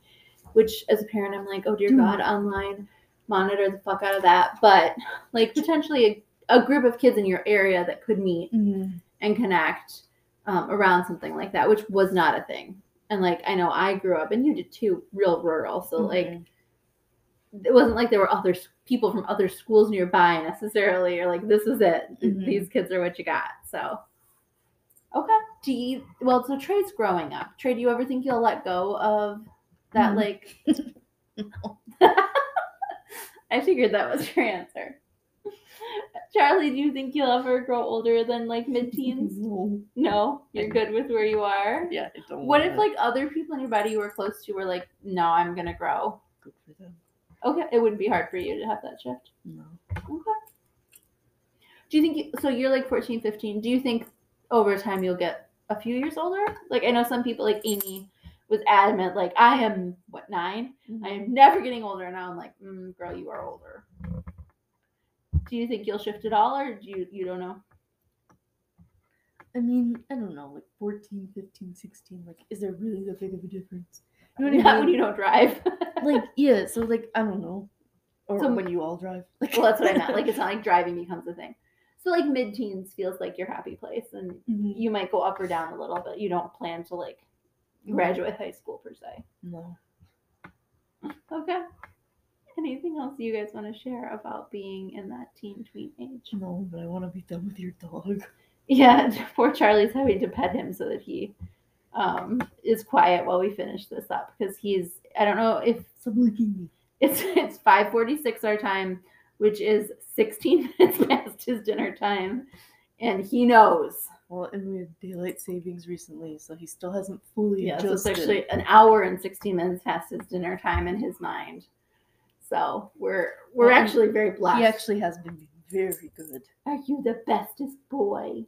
Speaker 3: which as a parent, I'm like, oh dear
Speaker 4: Mm.
Speaker 3: God, online, monitor the fuck out of that. But like potentially a, a group of kids in your area that could meet
Speaker 4: Mhm.
Speaker 3: and connect um, around something like that, which was not a thing. And like I know I grew up, and you did too, real rural. So like
Speaker 4: Mhm.
Speaker 3: it wasn't like there were other s- people from other schools nearby necessarily, or like this is it. Th-
Speaker 4: Mhm.
Speaker 3: These kids are what you got. So okay, do you? Well, so Trey's growing up. Trey, do you ever think you'll let go of that?
Speaker 4: Mhm.
Speaker 3: Like, I figured that was your answer. Charlie, do you think you'll ever grow older than like mid-teens?
Speaker 4: No.
Speaker 3: No, you're good with where you are.
Speaker 4: Yeah, I don't
Speaker 3: What
Speaker 4: wanna-
Speaker 3: if like other people in your body you were close to were like, no, I'm gonna grow.
Speaker 4: good for them?
Speaker 3: Okay, it wouldn't be hard for you to have that shift.
Speaker 4: No.
Speaker 3: Okay. Do you think you, so? You're like 14, 15. Do you think over time you'll get a few years older? Like I know some people, like Amy, was adamant, like I am what 9 I
Speaker 4: Mm-hmm.
Speaker 3: am never getting older. And now I'm like, mm, girl, you are older. Do you think you'll shift at all, or do you you don't know?
Speaker 4: I mean, I don't know, like 14, 15, 16, like, is there really that big of a difference? You know what
Speaker 3: Not
Speaker 4: I
Speaker 3: when you
Speaker 4: mean?
Speaker 3: don't drive.
Speaker 4: Like, yeah, so, like, I don't know. Or
Speaker 3: So-
Speaker 4: when you all drive. Like,
Speaker 3: Well, that's what I meant. Like, it's not like driving becomes a thing. So, like, mid teens feels like your happy place, and
Speaker 4: Mhm.
Speaker 3: you might go up or down a little, but you don't plan to like graduate high school per se.
Speaker 4: No.
Speaker 3: Okay. Anything else you guys want to share about being in that teen tween age?
Speaker 4: No, but I want to be done with your dog.
Speaker 3: Yeah, poor Charlie's having to pet him so that he um, is quiet while we finish this up because he's, I don't know if
Speaker 4: Stop licking me.
Speaker 3: it's it's 5:46 our time. which is 16 minutes past his dinner time. And he knows.
Speaker 4: Well, and we had daylight savings recently, so he still hasn't fully
Speaker 3: Yeah, so it's
Speaker 4: adjusted.
Speaker 3: actually an hour and 16 minutes past his dinner time in his mind. So we're we're
Speaker 4: Well,
Speaker 3: actually very blessed.
Speaker 4: he actually has been very good.
Speaker 3: Are you the bestest boy?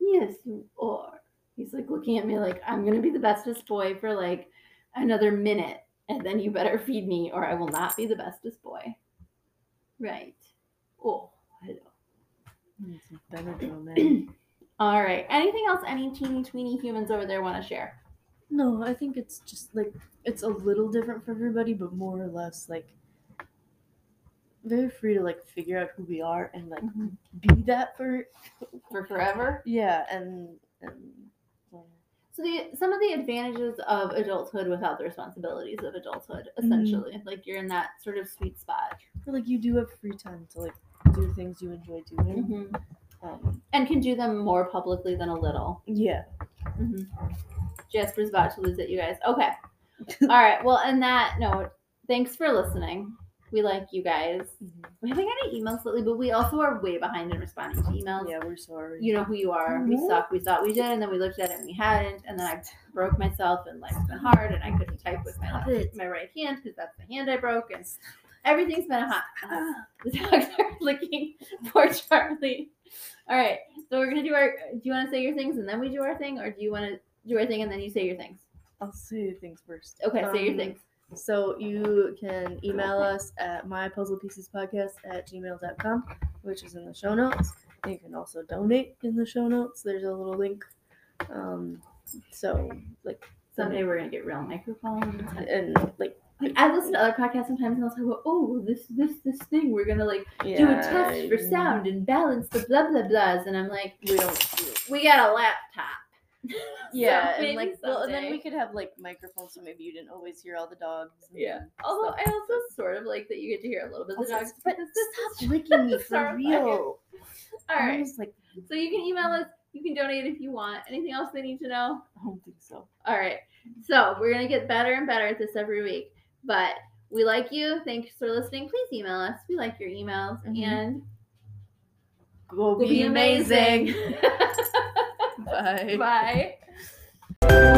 Speaker 3: Yes, you are. He's like looking at me like, I'm going to be the bestest boy for like another minute. And then you better feed me or I will not be the bestest boy. Right. Oh, hello.
Speaker 4: He needs some Benadryl, man.
Speaker 3: All right. Anything else any teeny tweeny humans over there want to share?
Speaker 4: no, I think it's just like it's a little different for everybody, but more or less like very free to like figure out who we are and like be that for
Speaker 3: For forever?
Speaker 4: yeah, and and well,
Speaker 3: So the some of the advantages of adulthood without the responsibilities of adulthood, essentially. Like you're in that sort of sweet spot.
Speaker 4: I feel like you do have free time to like do things you enjoy doing. Um,
Speaker 3: And can do them more publicly than a little. Mm-hmm.
Speaker 4: yeah,
Speaker 3: Jasper's about to lose it, you guys. Okay. All right. Well, and that note, thanks for listening. We like you guys.
Speaker 4: Mm-hmm.
Speaker 3: We haven't got any emails lately, but we also are way behind in responding to emails.
Speaker 4: yeah, we're sorry.
Speaker 3: You know who you are. We
Speaker 2: Mhm.
Speaker 3: suck. We thought we did, and then we looked at it and we hadn't. And then I broke myself, and life's been hard, and I couldn't type with my
Speaker 1: Stop
Speaker 3: left,
Speaker 1: it.
Speaker 3: my right hand because that's the hand I broke, and everything's been a hot. The dogs are licking poor Charlie. All right, so we're gonna do our. Do you want to say your things and then we do our thing, or do you want to do our thing and then you say your things?
Speaker 4: I'll say things first.
Speaker 3: Okay, say your
Speaker 4: Um,
Speaker 3: things.
Speaker 4: So you can email us at mypuzzlepiecespodcast at gmail.com, which is in the show notes. You can also donate in the show notes. There's a little link. Um, so like
Speaker 3: Someday we're gonna get real microphones.
Speaker 4: and like
Speaker 3: Like I listen to other podcasts sometimes, and I'll go, "Oh, well, this, this, this thing. We're gonna like
Speaker 4: yeah,
Speaker 3: do a test for sound and balance the blah blah blahs." And I'm like,
Speaker 4: We don't. do it.
Speaker 3: "We got a laptop."
Speaker 4: Yeah,
Speaker 3: So
Speaker 4: and
Speaker 3: maybe
Speaker 4: like well, and then we
Speaker 3: someday.
Speaker 4: could have like microphones, so maybe you didn't always hear all the dogs. and
Speaker 3: Yeah. Although I also sort of like that you get to hear a little bit of the
Speaker 4: Also,
Speaker 3: dogs.
Speaker 4: but
Speaker 3: because
Speaker 4: Stop
Speaker 3: this is-
Speaker 4: licking me for
Speaker 3: Sorry.
Speaker 4: real.
Speaker 3: All
Speaker 4: I
Speaker 3: right.
Speaker 4: was like,
Speaker 3: So you can email us. You can donate if you want. Anything else they need to know?
Speaker 4: I don't think so.
Speaker 3: All right. So we're gonna get better and better at this every week. But we like you. Thanks for listening. Please email us. We like your emails.
Speaker 4: Mhm.
Speaker 3: And
Speaker 4: Go
Speaker 3: Bye.
Speaker 4: Bye.
Speaker 3: Bye.